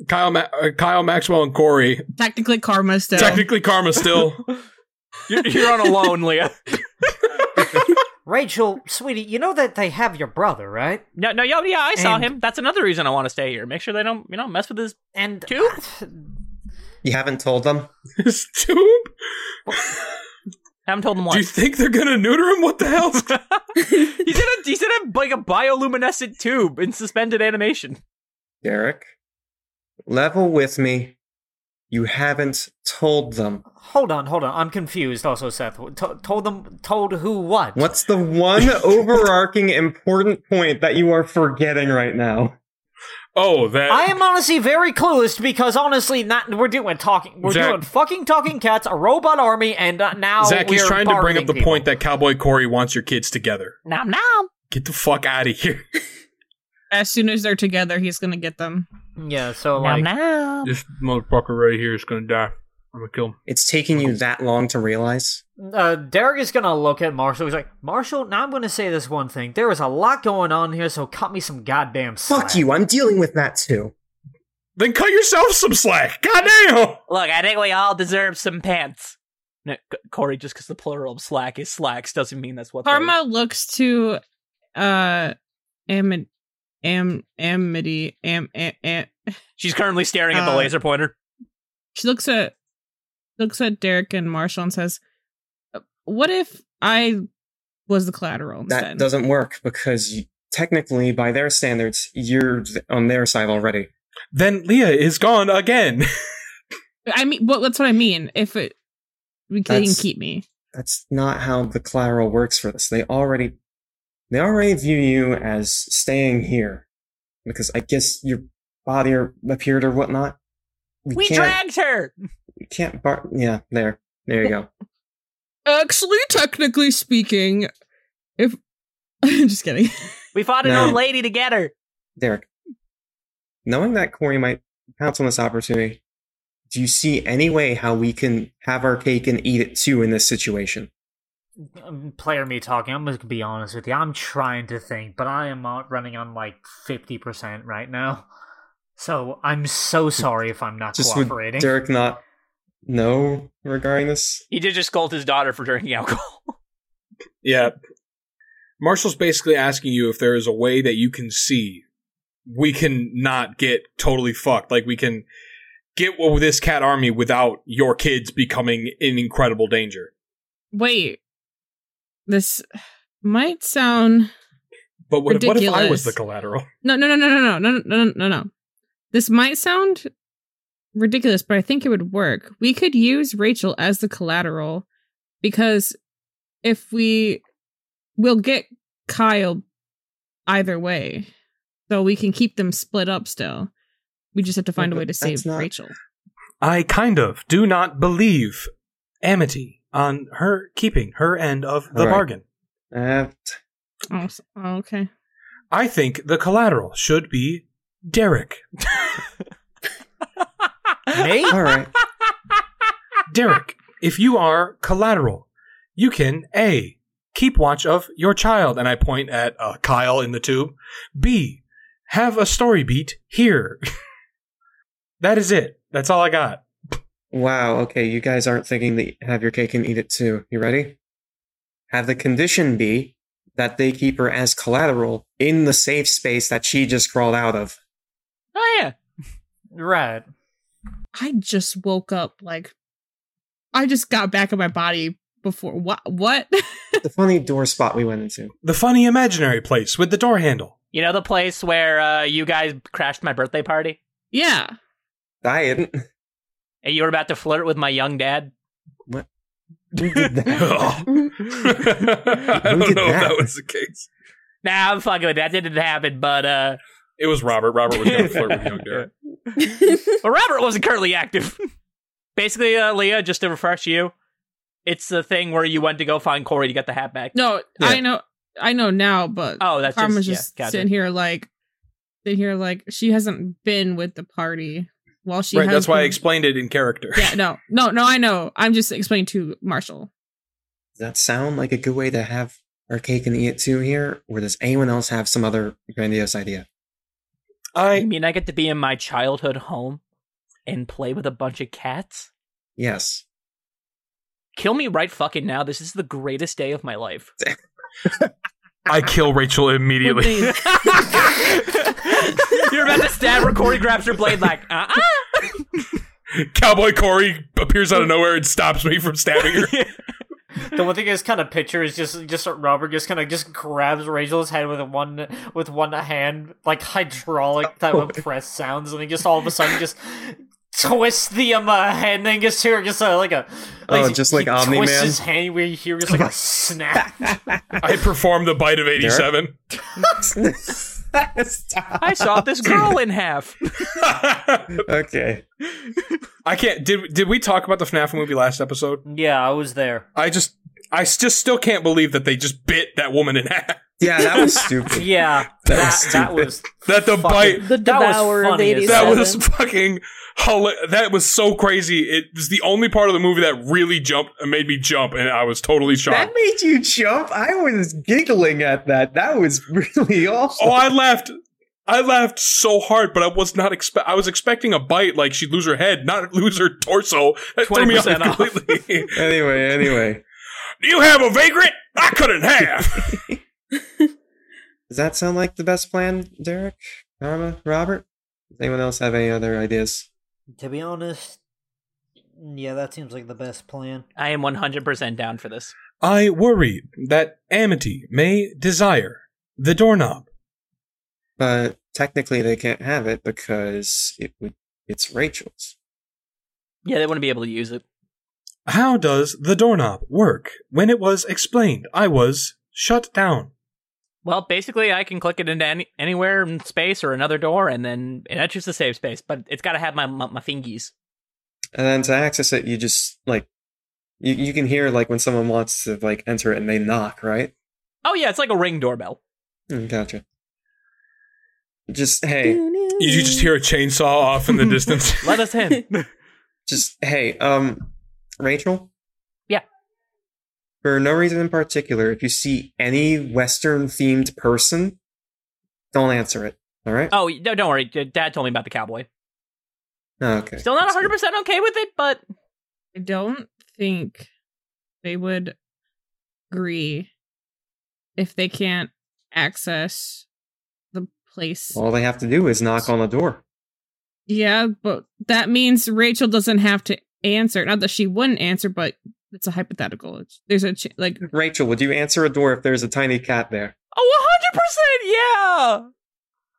Kyle, Ma- uh, Kyle Maxwell and Corey.
Technically, karma still.
Technically, Karma still.
you're, you're on a loan, Leah.
Rachel, sweetie, you know that they have your brother, right?
No, no, yo, yeah, I saw
And-
him. That's another reason I want to stay here. Make sure they don't, you know, mess with his.
And
Two?
You haven't told them?
His tomb?
Haven't told him
Do you
once.
think they're gonna neuter him? What the hell?
he's in a, he's in a like a bioluminescent tube in suspended animation.
Derek, level with me. You haven't told them.
hold on, hold on. I'm confused. Also, Seth To- told them told who what?
What's the one overarching important point that you are forgetting right now?
oh, that
I am honestly very clueless because honestly, not we're doing talking, we're
Zach-
doing fucking talking cats, a robot army, and uh, now
Zach, he's
we're
trying to bring
bargaining
up the
people.
point that Cowboy Corey wants your kids together.
Nom nom.
Get the fuck out of here.
As soon as they're together, he's gonna get them.
yeah. So
Nom
like,
nom.
this motherfucker right here is gonna die. I'm gonna kill him.
It's taking you that long to realize.
uh, Derek is gonna look at Marshall. He's like, Marshall, now I'm gonna say this one thing. There is a lot going on here, so cut me some goddamn slack.
Fuck you, I'm dealing with that too.
Then cut yourself some slack. Goddamn.
Look, I think we all deserve some pants.
No, C- Corey, just because the plural of slack is slacks doesn't mean that's what. they-
Karma looks to uh Amid Am Amity Am Am, am
She's currently staring at the
Uh,
laser pointer.
she looks at looks at Derek and Marshall and says, "What if I was the collateral
That
instead?"
doesn't work because you, technically, by their standards, you're th- on their side already.
Then Leah is gone again.
I mean, well, that's what I mean. If it, we can
That's-
keep me.
That's not how the collateral works for this. They already, they already view you as staying here because I guess your body or appeared or whatnot.
We
can't,
dragged her.
we can't bar. Yeah, there, there you go.
Actually, technically speaking, if just kidding,
We fought an
No.
old lady to get her.
Derek, knowing that Corey might pounce on this opportunity, do you see any way how we can have our cake and eat it too in this situation?
Um, Player me talking. I'm just gonna be honest with you. I'm trying to think, but I am uh, running on like fifty percent right now. So I'm so sorry if I'm not
Just
cooperating.
would Derek not know regarding this?
He did just scold his daughter for drinking alcohol.
Yeah. Marshall's basically asking you if there is a way that you can see we can not get totally fucked. Like we can get with this cat army without your kids becoming in incredible danger.
wait, this might sound
But what, what if I
Ridiculous.
was the collateral?
No, no, no, no, no, no, no, no, no, no, no. This might sound ridiculous, but I think it would work. We could use Rachel as the collateral because if we we'll get Kyle either way. So we can keep them split up still. We just have to find a
but
way to
that's
save
not-
Rachel.
I kind of do not believe Amity on her keeping her end of the
Right.
bargain.
Uh,
Oh, s- oh, okay.
I think the collateral should be Derek.
Me?
all right.
Derek, if you are collateral, you can A. Keep watch of your child, and I point at uh, Kyle in the tube. B. Have a story beat here. that is it. That's all I got.
Wow, okay, you guys aren't thinking that have your cake and eat it too. You ready? Have the condition be that they keep her as collateral in the safe space that she just crawled out of.
Oh yeah.
Right.
I just woke up like I just got back in my body before what what?
the funny door spot we went into.
The funny imaginary place with the door handle.
You know the place where uh, you guys crashed my birthday party,
yeah.
I didn't.
and you were about to flirt with my young dad.
Who did that?
I don't know
did
if that
that?
was the case.
Nah, I'm fucking with you. that. Didn't happen, but uh,
It was Robert. Robert was going to flirt with young Derek.
Well, Robert wasn't currently active. Basically, uh, Leah, just to refresh you, it's the thing where you went to go find Corey to get the hat back.
No,
Yeah.
I know, I know now, but
Oh, that's
Karma's
just,
just
yeah, gotcha.
sitting here like, sitting here like she hasn't been with the party while she.
Right,
has
that's why I
been-
explained it in character.
Yeah, no, no, no. I know. I'm just explaining to Marshall.
Does that sound like a good way to have our cake and eat it too here? Or does anyone else have some other grandiose idea?
You
I
mean I get to be in my childhood home and play with a bunch of cats?
Yes.
Kill me right fucking now. This is the greatest day of my life.
I kill Rachel
Would
immediately.
they-
You're about to stab her. Corey grabs her blade like, uh uh
Cowboy Corey appears out of nowhere and stops me from stabbing her.
The one thing is kind of picture is just just Robert just kind of just grabs Rachel's head with one with one hand like hydraulic type of press sounds, and then just all of a sudden just twists the um uh, head, and then just hear just uh, like a
Oh, just
he
like Omni-Man?
twists his hand where you hear just like a snap.
I performed the bite of 87.
Stop.
I saw this girl in half.
Okay.
I can't. Did did we talk about the FNAF movie last episode?
Yeah, I was there.
I just, I just still can't believe that they just bit that woman in half.
Yeah, that was stupid.
Yeah,
That
that,
was
that
stupid.
was
That the
fucking-
bite-
The
that was
devourer
funny
lady
as
That
hell.
Seven.
was fucking. hila- That was so crazy. It was the only part of the movie that really jumped made me jump, and I was totally
That
shocked.
made you jump. I was giggling at that. That was really awful.
Oh, I laughed. I laughed so hard, but I was not expect. I was expecting a bite, like she'd lose her head, not lose her torso. That threw me off
20% off.
completely.
Anyway, anyway.
Do you have a vagrant? I couldn't have.
Does that sound like the best plan, Derek, Karma, Robert? Does anyone else have any other ideas?
To be honest, yeah, that seems like the best plan.
I am 100% down for this.
I worry that Amity may desire the doorknob.
But technically, they can't have it because it would, it's Rachel's.
Yeah, they wouldn't be able to use it.
How does the doorknob work? When it was explained, I was shut down.
Well, basically, I can click it into any, anywhere in space or another door, and then it enters the save space. But it's got to have my, my my fingies.
And then to access it, you just like you, you can hear like when someone wants to like enter it and they knock, right?
Oh yeah, it's like a ring doorbell. Mm-hmm.
Mm, Gotcha. Just hey,
You just hear a chainsaw off in the distance.
Let us in.
just hey, um, Rachel.
Yeah.
For no reason in particular, if you see any Western themed person, don't answer it. All right.
oh, no, don't worry. Dad told me about the cowboy.
Oh, okay.
Still not
That's
100%
good.
okay with it, but
I don't think they would agree if they can't access the place.
All they have to do is knock on the door.
yeah, but that means Rachel doesn't have to answer. Not that she wouldn't answer, but it's a hypothetical. It's- There's a ch- like
Rachel, would you answer a door if there's a tiny cat there?
oh, 100%, yeah.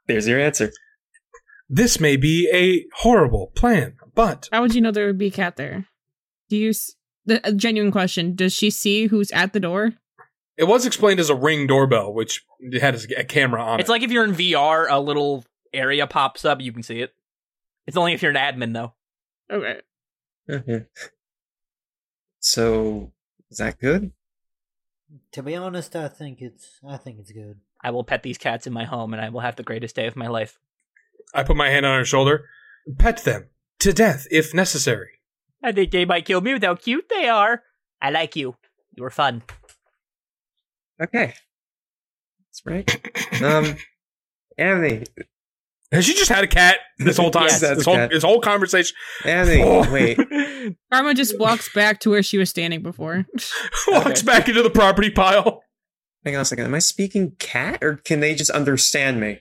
There's your answer.
This may be a horrible plan, but
how would you know there would be a cat there? Do you s- the a genuine question? Does she see who's at the door?
it was explained as a ring doorbell, which had a camera on
It's
it.
like if you're in VR, a little area pops up, you can see it. It's only if you're an admin, though.
Okay.
Mhm. So is that good?
To be honest, I think it's I think it's good.
I will pet these cats in my home, and I will have the greatest day of my life.
I put my hand on her shoulder. Pet them to death if necessary.
I think they might kill me with how cute they are. I like you. You were fun.
Okay. That's right. um Anthony.
Has she just had a cat this whole time?
Yes,
that's
this
a
whole
cat.
this whole conversation.
Anthony,
Oh.
wait.
Karma just walks back to where she was standing before.
Walks back into the property pile.
Hang on a second. Am I speaking cat or can they just understand me?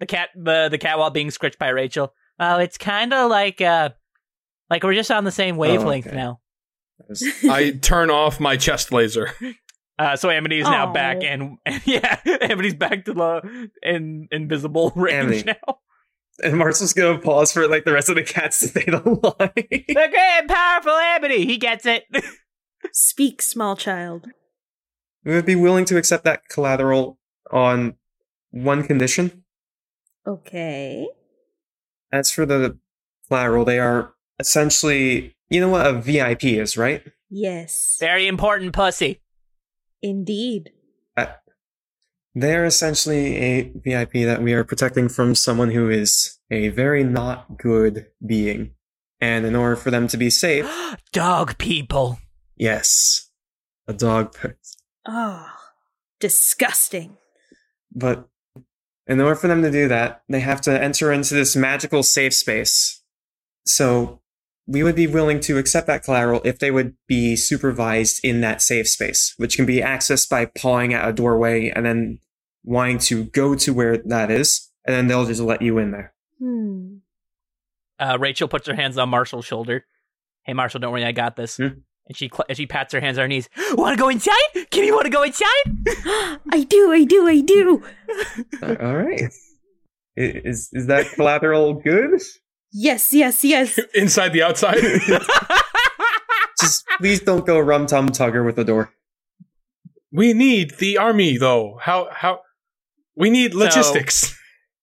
the cat, the the cat while being scratched by Rachel. Oh, it's kind of like uh, like we're just on the same wavelength
okay.
now.
That was-
I turn off my chest laser.
Uh, so Amity is now
Aw.
back, and, and yeah, Amity's back to the in, invisible range
Amity.
now.
and Marcel's gonna pause for like the rest of the cats to say the line.
The great and powerful Amity, he gets it.
Speak, small child.
we would be willing to accept that collateral on one condition.
Okay.
As for the collateral, they are essentially you know what a VIP is, right?
Yes.
Very important pussy.
Indeed.
They're essentially a VIP that we are protecting from someone who is a very not good being. And in order for them to be safe,
Dog people.
yes, a dog. per-
Oh, disgusting.
But in order for them to do that, they have to enter into this magical safe space. So we would be willing to accept that collateral if they would be supervised in that safe space, which can be accessed by pawing at a doorway and then wanting to go to where that is. And then they'll just let you in there.
Hmm.
Uh, Rachel puts her hands on Marshall's shoulder. Hey, Marshall, don't worry, I got this.
Hmm.
And she cl- and she pats her hands on her knees. Want to go inside? Kitty, want to go inside?
I do, I do, I do.
Uh, All right. I- Is is that collateral good?
Yes, yes, yes.
Inside the outside.
Just please don't go rum tum tugger with the door.
we need the army though. How how We need
So-
logistics.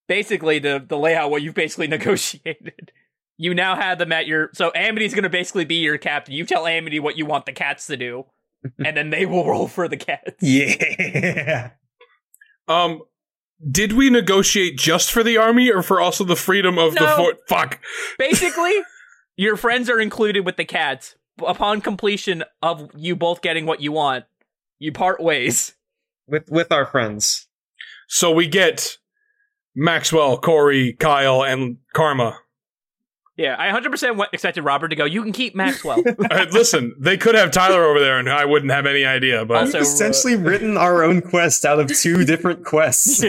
basically to, to lay out what you basically negotiated. You now have them at your so Amity's gonna basically be your captain. You tell Amity what you want the cats to do, and then they will roll for the cats.
Yeah.
Um, did we negotiate just for the army or for also the freedom of the
No.
fort? Fuck.
Basically, your friends are included with the cats. Upon completion of you both getting what you want, you part ways.
With with our friends.
So we get Maxwell, Corey, Kyle, and Karma.
Yeah, I 100% went, expected Robert to go, you can keep Maxwell.
Uh, listen, they could have Tyler over there, and I wouldn't have any idea. But
Also- So, uh,
We've essentially written our own quest out of two different quests.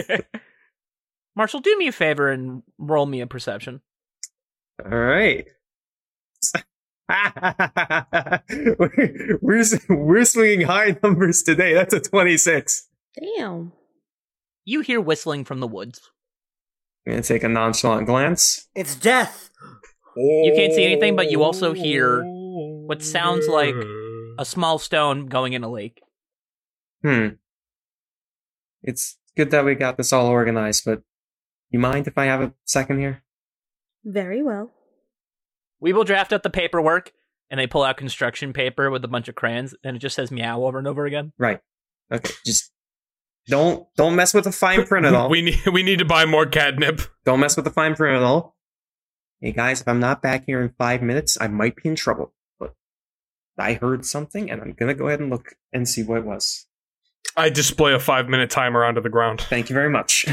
Marshall, do me a favor and roll me a perception.
All right. we're, we're we're swinging high numbers today. That's a twenty six.
Damn.
You hear whistling from the woods.
I'm gonna take a nonchalant glance.
It's death.
You can't see anything, but you also hear what sounds like a small stone going in a lake.
Hmm. It's good that we got this all organized, but you mind if I have a second here?
Very well.
We will draft up the paperwork, and they pull out construction paper with a bunch of crayons, and it just says meow over and over again.
Right. Okay. Just don't don't mess with the fine print at all.
we need we need to buy more catnip.
Don't mess with the fine print at all. Hey guys, if I'm not back here in five minutes, I might be in trouble. But I heard something, and I'm gonna go ahead and look and see what it was.
I display a five minute timer onto the ground.
Thank you very much.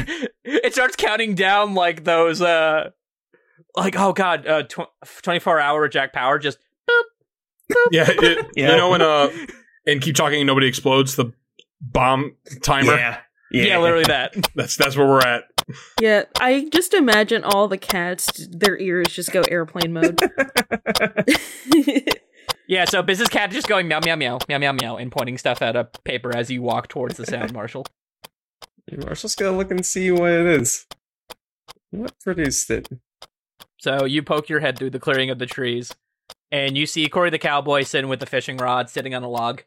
It starts counting down like those, uh, like oh god, uh, tw- twenty-four hour Jack Power. Just
Yeah, it,
Yeah.
you know when uh and keep talking and nobody explodes the bomb timer.
Yeah.
yeah, literally that.
That's that's where we're at.
Yeah, I just imagine all the cats, their ears just go airplane mode.
Yeah, so business cat just going meow meow meow meow meow meow and pointing stuff at a paper as you walk towards the sound marshal.
Marshall's gonna look and see what it is. What produced it?
So you poke your head through the clearing of the trees, and you see Corey the cowboy sitting with the fishing rod, sitting on a log.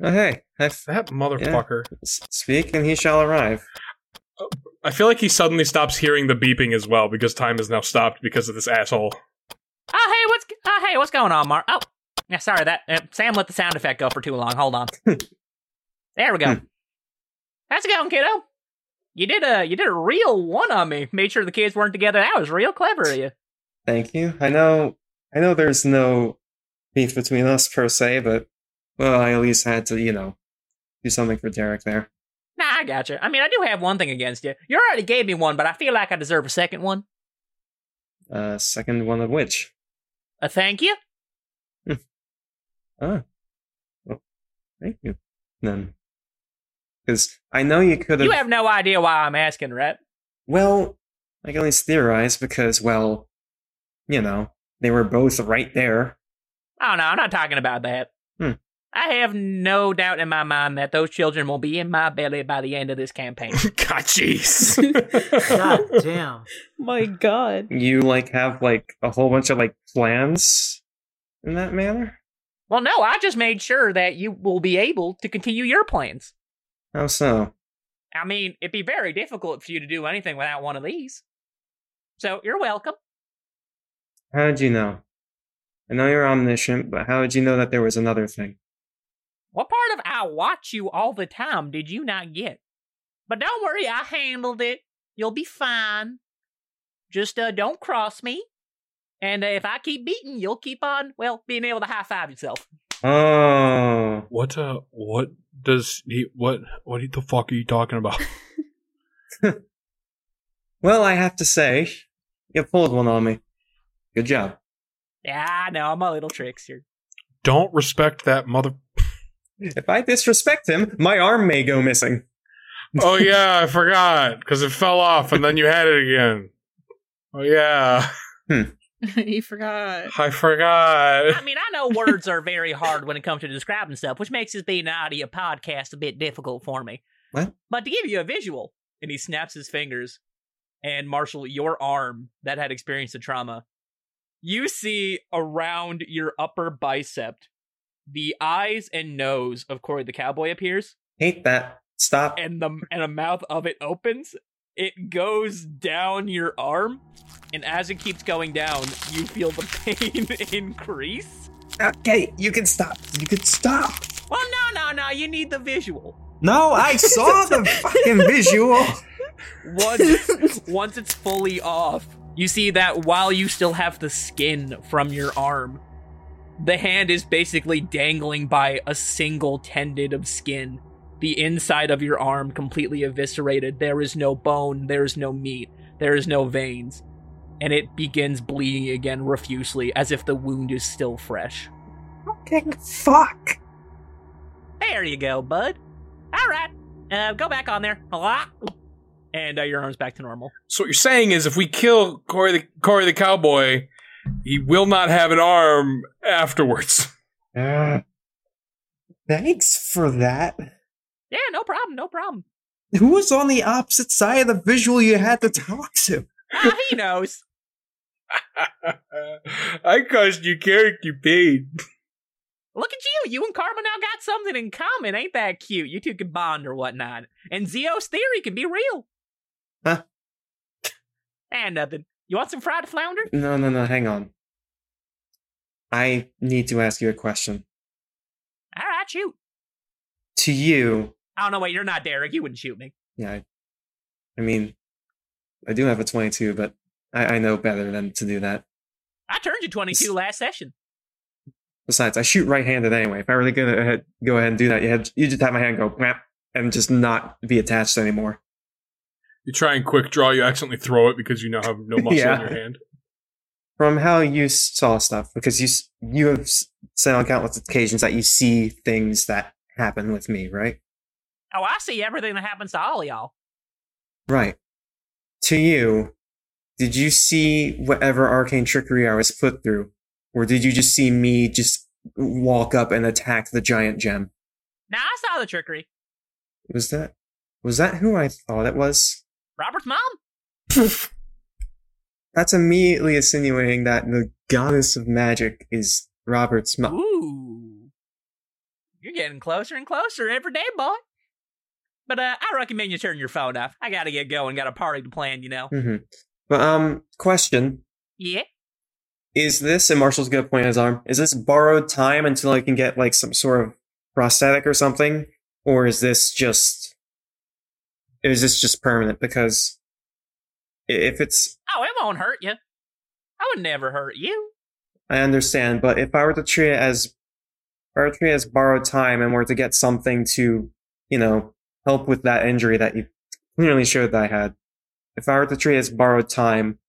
Oh, hey, I f-
That motherfucker.
s- speak and he shall arrive.
I feel like he suddenly stops hearing the beeping as well because time has now stopped because of this asshole.
Oh hey, what's oh hey, what's going on, Mark? Oh, yeah, sorry that uh, Sam let the sound effect go for too long. Hold on. there we go. How's it going, kiddo? You did a you did a real one on me. Made sure the kids weren't together. That was real clever of you.
Thank you. I know I know there's no beef between us per se, but well, I at least had to, you know, do something for Derek there.
Nah, I gotcha. I mean, I do have one thing against you. You already gave me one, but I feel like I deserve a second one.
Uh second one of which.
A thank you.
Thank you. Then because I know you could
You have
have
no idea why I'm asking, right?
well I can at least theorize because well you know, they were both right there.
Oh no, I'm not talking about that.
Hmm.
I have no doubt in my mind that those children will be in my belly by the end of this campaign.
God, jeez.
God damn.
My god.
You like have like a whole bunch of like plans in that manner?
well, no, I just made sure that you will be able to continue your plans.
How so?
I mean, it'd be very difficult for you to do anything without one of these. So you're welcome.
How did you know? I know you're omniscient, but how did you know that there was another thing?
What part of I watch you all the time did you not get? But don't worry, I handled it. You'll be fine. Just uh, don't cross me. And uh, if I keep beating, you'll keep on, well, being able to high five yourself.
Oh,
what uh what does he what what the fuck are you talking about?
well, I have to say, you pulled one on me. Good job.
Yeah, Ah, I know. I'm a little trickster.
Don't respect that mother
If I disrespect him, my arm may go missing.
Oh yeah, I forgot because it fell off and then you had it again. Oh yeah,
you forgot.
I forgot.
I mean, I know words are very hard when it comes to describing stuff, which makes this being an audio podcast a bit difficult for me.
What?
But to give you a visual, and he snaps his fingers, and Marshall, your arm that had experienced the trauma, you see around your upper bicep, the eyes and nose of Corey the Cowboy appears,
Hate that. Stop.
and the and the mouth of it opens, it goes down your arm, and as it keeps going down, you feel the pain increase.
Okay, you can stop. You can stop.
Well, no, no, no. You need the visual.
No, I saw the fucking visual.
Once once it's fully off, you see that while you still have the skin from your arm, the hand is basically dangling by a single tendon of skin. The inside of your arm completely eviscerated. There is no bone, there is no meat, there is no veins. And it begins bleeding again profusely as if the wound is still fresh.
Fucking fuck.
There you go, bud. All right. Uh, go back on there. Ah. And uh, your arm's back to normal.
So what you're saying is, if we kill Corey the, Corey the cowboy, he will not have an arm afterwards.
Uh, thanks for that.
Yeah, no problem, no problem.
Who was on the opposite side of the visual you had to talk to?
Ah, he knows.
I caused you character pain.
Look at you. You and Karma now got something in common. Ain't that cute? You two can bond or whatnot. And Zeo's theory can be real.
Huh?
And nothing. You want some fried flounder?
No, no, no. Hang on. I need to ask you a question.
All right, shoot.
To you,
Oh, no, wait, you're not Derek. You wouldn't shoot me.
yeah. I, I mean, I do have a twenty-two, but I, I know better than to do that.
I turned you 22 last session.
Besides, I shoot right-handed anyway. If I really go ahead, go ahead and do that, you had you just have my hand go "Whap," and just not be attached anymore.
You try and quick draw, you accidentally throw it because you now have no muscle
Yeah.
in your hand.
From how you saw stuff, because you s- you have s- said on countless occasions that you see things that happen with me, right?
Oh, I see everything that happens to all y'all.
Right. To you, did you see whatever arcane trickery I was put through? Or did you just see me just walk up and attack the giant gem?
Now, I saw the trickery.
Was that was that who I thought it was?
Robert's mom?
That's immediately insinuating that the goddess of magic is Robert's mom.
Ooh. You're getting closer and closer every day, boy. But uh, I recommend you turn your phone off. I gotta get going. Got a party to plan, you know.
hmm But um, question:
Yeah.
Is this? And Marshall's gonna point at his arm. Is this borrowed time until I can get like some sort of prosthetic or something, or is this just? Is this just permanent? Because i- if it's,
Oh, it won't hurt you. I would never hurt you.
I understand. But if I were to treat it as, if I were to treat it as borrowed time, and were to get something to, you know, help with that injury that you clearly showed that I had, if I were to treat it as borrowed time,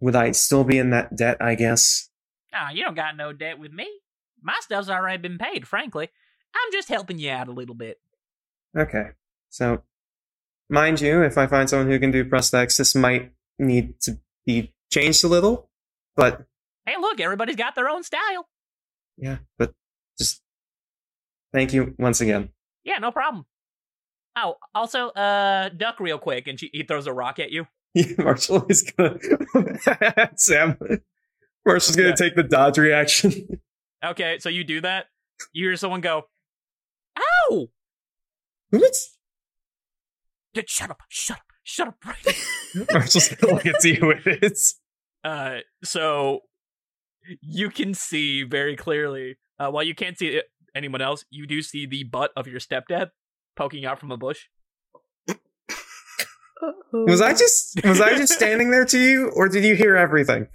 would I still be in that debt? I guess.
Nah, you don't got no debt with me. My stuff's already been paid, frankly. I'm just helping you out a little bit.
Okay. So, mind you, if I find someone who can do prosthetics, this might need to be changed a little, but
Hey, look, everybody's got their own style.
yeah, but just thank you once again.
Yeah, no problem. Oh, also, uh, duck real quick, and she, he throws a rock at you.
Marshall is gonna Sam. Marshall's gonna
Yeah.
take the dodge reaction.
Okay, so you do that. You hear someone go, "Ow!"
What?
Dude, shut up! Shut up! Shut up! Right.
Marshall's gonna look at you with it.
uh, so you can see very clearly. Uh, while you can't see it, anyone else, you do see the butt of your stepdad poking out from a bush. Oh,
Was I just was I just standing there to you, or did you hear everything?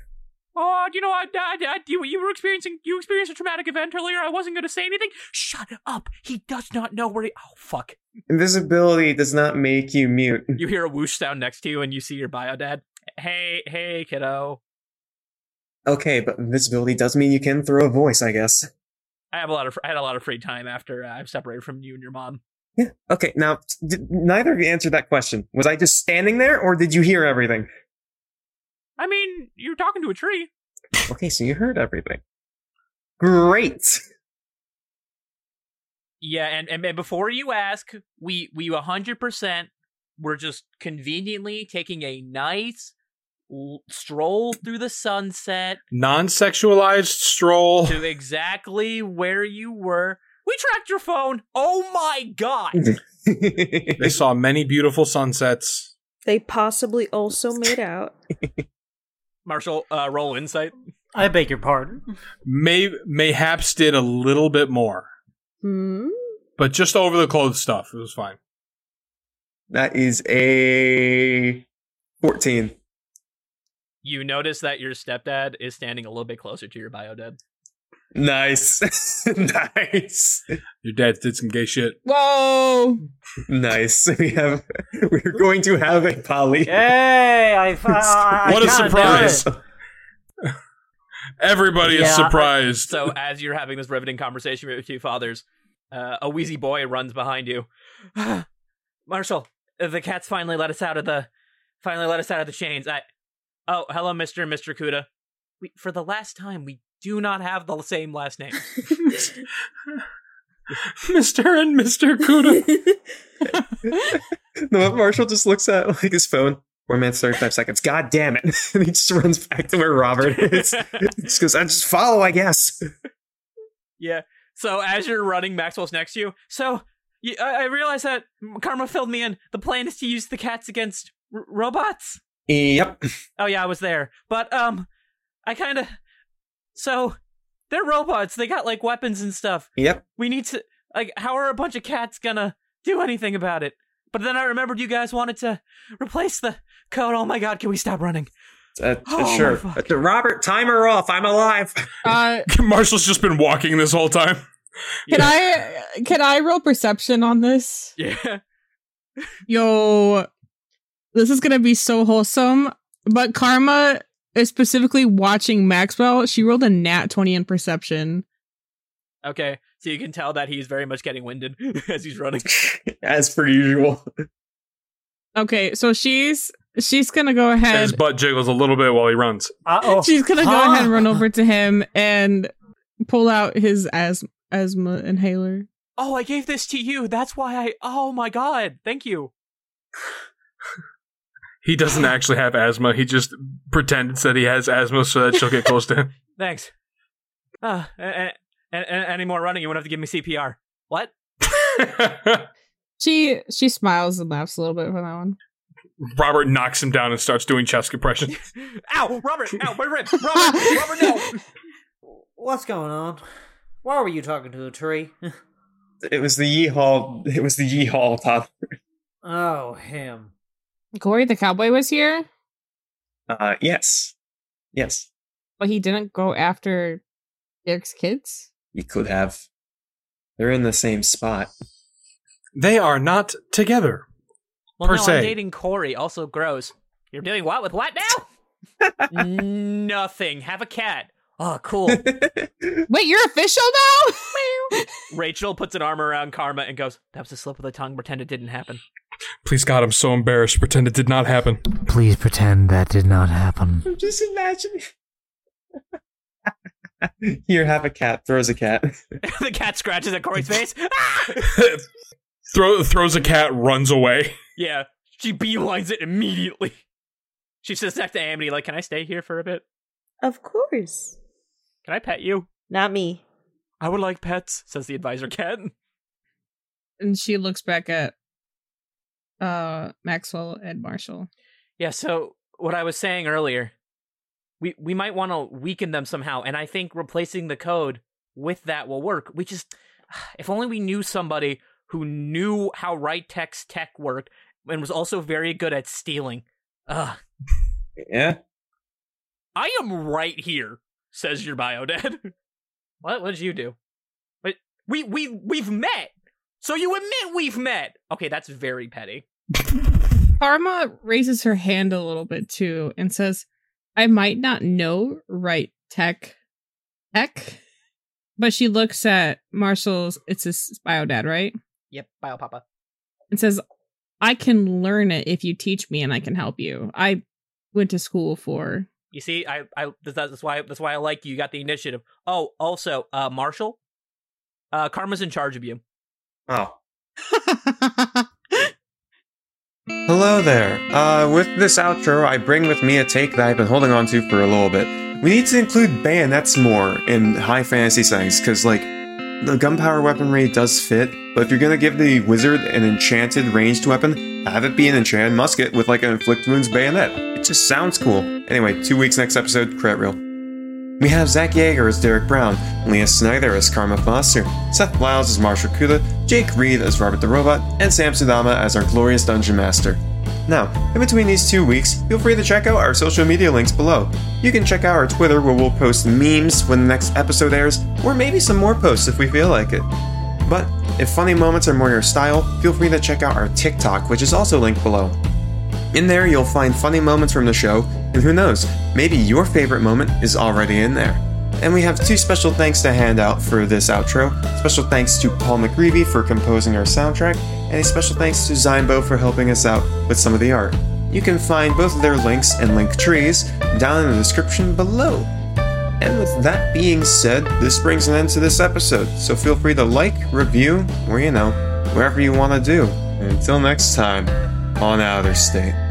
Oh, you know, I, I, I you, you were experiencing, you experienced a traumatic event earlier. I wasn't going to say anything. Shut up! He does not know where. He, oh, fuck!
Invisibility does not make you mute.
You hear a whoosh sound next to you, and you see your bio dad. Hey, hey, kiddo.
Okay, but invisibility does mean you can throw a voice, I guess.
I have a lot of I had a lot of free time after uh, I'm separated from you and your mom.
Yeah. Okay. Now, d- neither of you answered that question. Was I just standing there, or did you hear everything?
I mean, you're talking to a tree.
Okay, so you heard everything. Great.
Yeah, and and, and before you ask, we we 100% we're just conveniently taking a nice l- stroll through the sunset
Non sexualized stroll.
to exactly where you were We tracked your phone. Oh my god.
They saw many beautiful sunsets.
They possibly also made out.
Marshall, uh, roll insight.
I beg your pardon.
May mayhaps did a little bit more,
Hmm?
but just over the clothes stuff, it was fine.
That is a 14.
You notice that your stepdad is standing a little bit closer to your bio dad.
Nice. nice.
Your dad did some gay shit.
Whoa!
Nice. We have we're going to have a poly.
Yay! I, fi- I, I
what a
kinda
surprise!
did it.
Everybody
Yeah,
is
I-
surprised.
So as you're having this riveting conversation with your two fathers, uh, a wheezy boy runs behind you. Marshall, the cats finally let us out of the, finally let us out of the chains. I, oh, hello, Mister and Mister Kuda. We, for the last time, we do not have the same last name.
Mr. and Mr. Kuda.
No, Marshall just looks at like his phone. One minute, thirty-five seconds. God damn it! and he just runs back to where Robert is. just goes, "I just follow, I guess."
Yeah. So as you're running, Maxwell's next to you. So y- I, I realize that Karma filled me in. The plan is to use the cats against r- robots.
Yep.
Oh yeah, I was there. But um, I kind of. So they're robots. They got like weapons and stuff.
Yep.
We need to like. How are a bunch of cats gonna do anything about it? But then I remembered you guys wanted to replace the code. Oh my god, can we stop running?
Uh,
Oh,
sure.
fuck.
Uh, Robert, timer off. I'm alive.
Uh,
Marshall's just been walking this whole time.
can I can I roll perception on this?
Yeah.
Yo, this is gonna be so wholesome. But Karma is specifically watching Maxwell. She rolled a nat twenty in perception.
Okay. So you can tell that he's very much getting winded as he's running.
As per usual.
Okay, so she's she's gonna go
And his
ahead.
butt jiggles a little bit while he runs.
Uh-oh.
She's gonna go
Oh, Huh?
ahead and run over to him and pull out his asthma asthma inhaler.
Oh, I gave this to you. That's why I. Oh my god. Thank you.
He doesn't actually have asthma. He just pretends that he has asthma so that she'll get close to him.
Thanks. Uh, a- a- a- any more running? You won't have to give me CPR. What?
She she smiles and laughs a little bit for that one.
Robert knocks him down and starts doing chest compression.
Ow, Robert! Ow, my rib! Robert! Robert, no!
What's going on? Why were you talking to a tree?
It was the yeehaw. It was the yeehaw top.
oh, him.
Corey the cowboy was here,
Uh, yes. Yes.
but he didn't go after Derek's kids.
You could have. They're in the same spot.
They are not together.
Well,
Per
no,
se.
I'm dating Corey. Also gross. You're doing what with what now? Nothing. Have a cat. Oh, cool.
Wait, you're official now?
Rachel puts an arm around Karma and goes, "That was a slip of the tongue. Pretend it didn't happen."
Please God, I'm so embarrassed. Pretend it did not happen.
Please pretend that did not happen.
I'm just imagining. Here, have a cat. Throws a cat.
the cat scratches at Corey's face. Ah!
Throw, throws a cat, runs away.
Yeah, she beelines it immediately. She sits next to Amity, like, "Can I stay here for a bit?
Of course.
Can I pet you?"
Not me.
I would like pets," says the advisor cat.
and she looks back at uh Maxwell and Marshall.
Yeah, so what I was saying earlier, we we might want to weaken them somehow, and I think replacing the code with that will work. We just if only we knew somebody who knew how right tech's tech worked and was also very good at stealing. Ugh.
Yeah.
I am right here, says your bio dad. what what did you do? But we we we've met. So you admit we've met. Okay, that's very petty.
Karma raises her hand a little bit too and says, I might not know right tech tech. But she looks at Marshall's it's his bio dad, right?
Yep, bio papa.
And says, I can learn it if you teach me and I can help you. I went to school for
You see, I, I that's, that's why that's why I like you. You got the initiative. Oh, also, uh, Marshall, uh, Karma's in charge of you.
Oh. Hello there. Uh, with this outro, I bring with me a take that I've been holding on to for a little bit. We need to include bayonets more in high fantasy settings, because, like, the gunpowder weaponry does fit, but if you're gonna give the wizard an enchanted ranged weapon, have it be an enchanted musket with like an inflict wounds bayonet. It just sounds cool. Anyway, two weeks next episode, credit reel. We have Zach Yeager as Derek Brown, Leah Snyder as Karma Foster, Seth Lyles as Marshall Kuda, Jake Reed as Robert the Robot, and Sam Sudama as our glorious Dungeon Master. Now, in between these two weeks, feel free to check out our social media links below. You can check out our Twitter where we'll post memes when the next episode airs, or maybe some more posts if we feel like it. But if funny moments are more your style, feel free to check out our TikTok, which is also linked below. In there, you'll find funny moments from the show, and who knows, maybe your favorite moment is already in there. And we have two special thanks to hand out for this outro. Special thanks to Paul McGreevy for composing our soundtrack, and a special thanks to Zynbo for helping us out with some of the art. You can find both of their links and link trees down in the description below. And with that being said, this brings an end to this episode, so feel free to like, review, or you know, wherever you want to do. And until next time, on Outer State.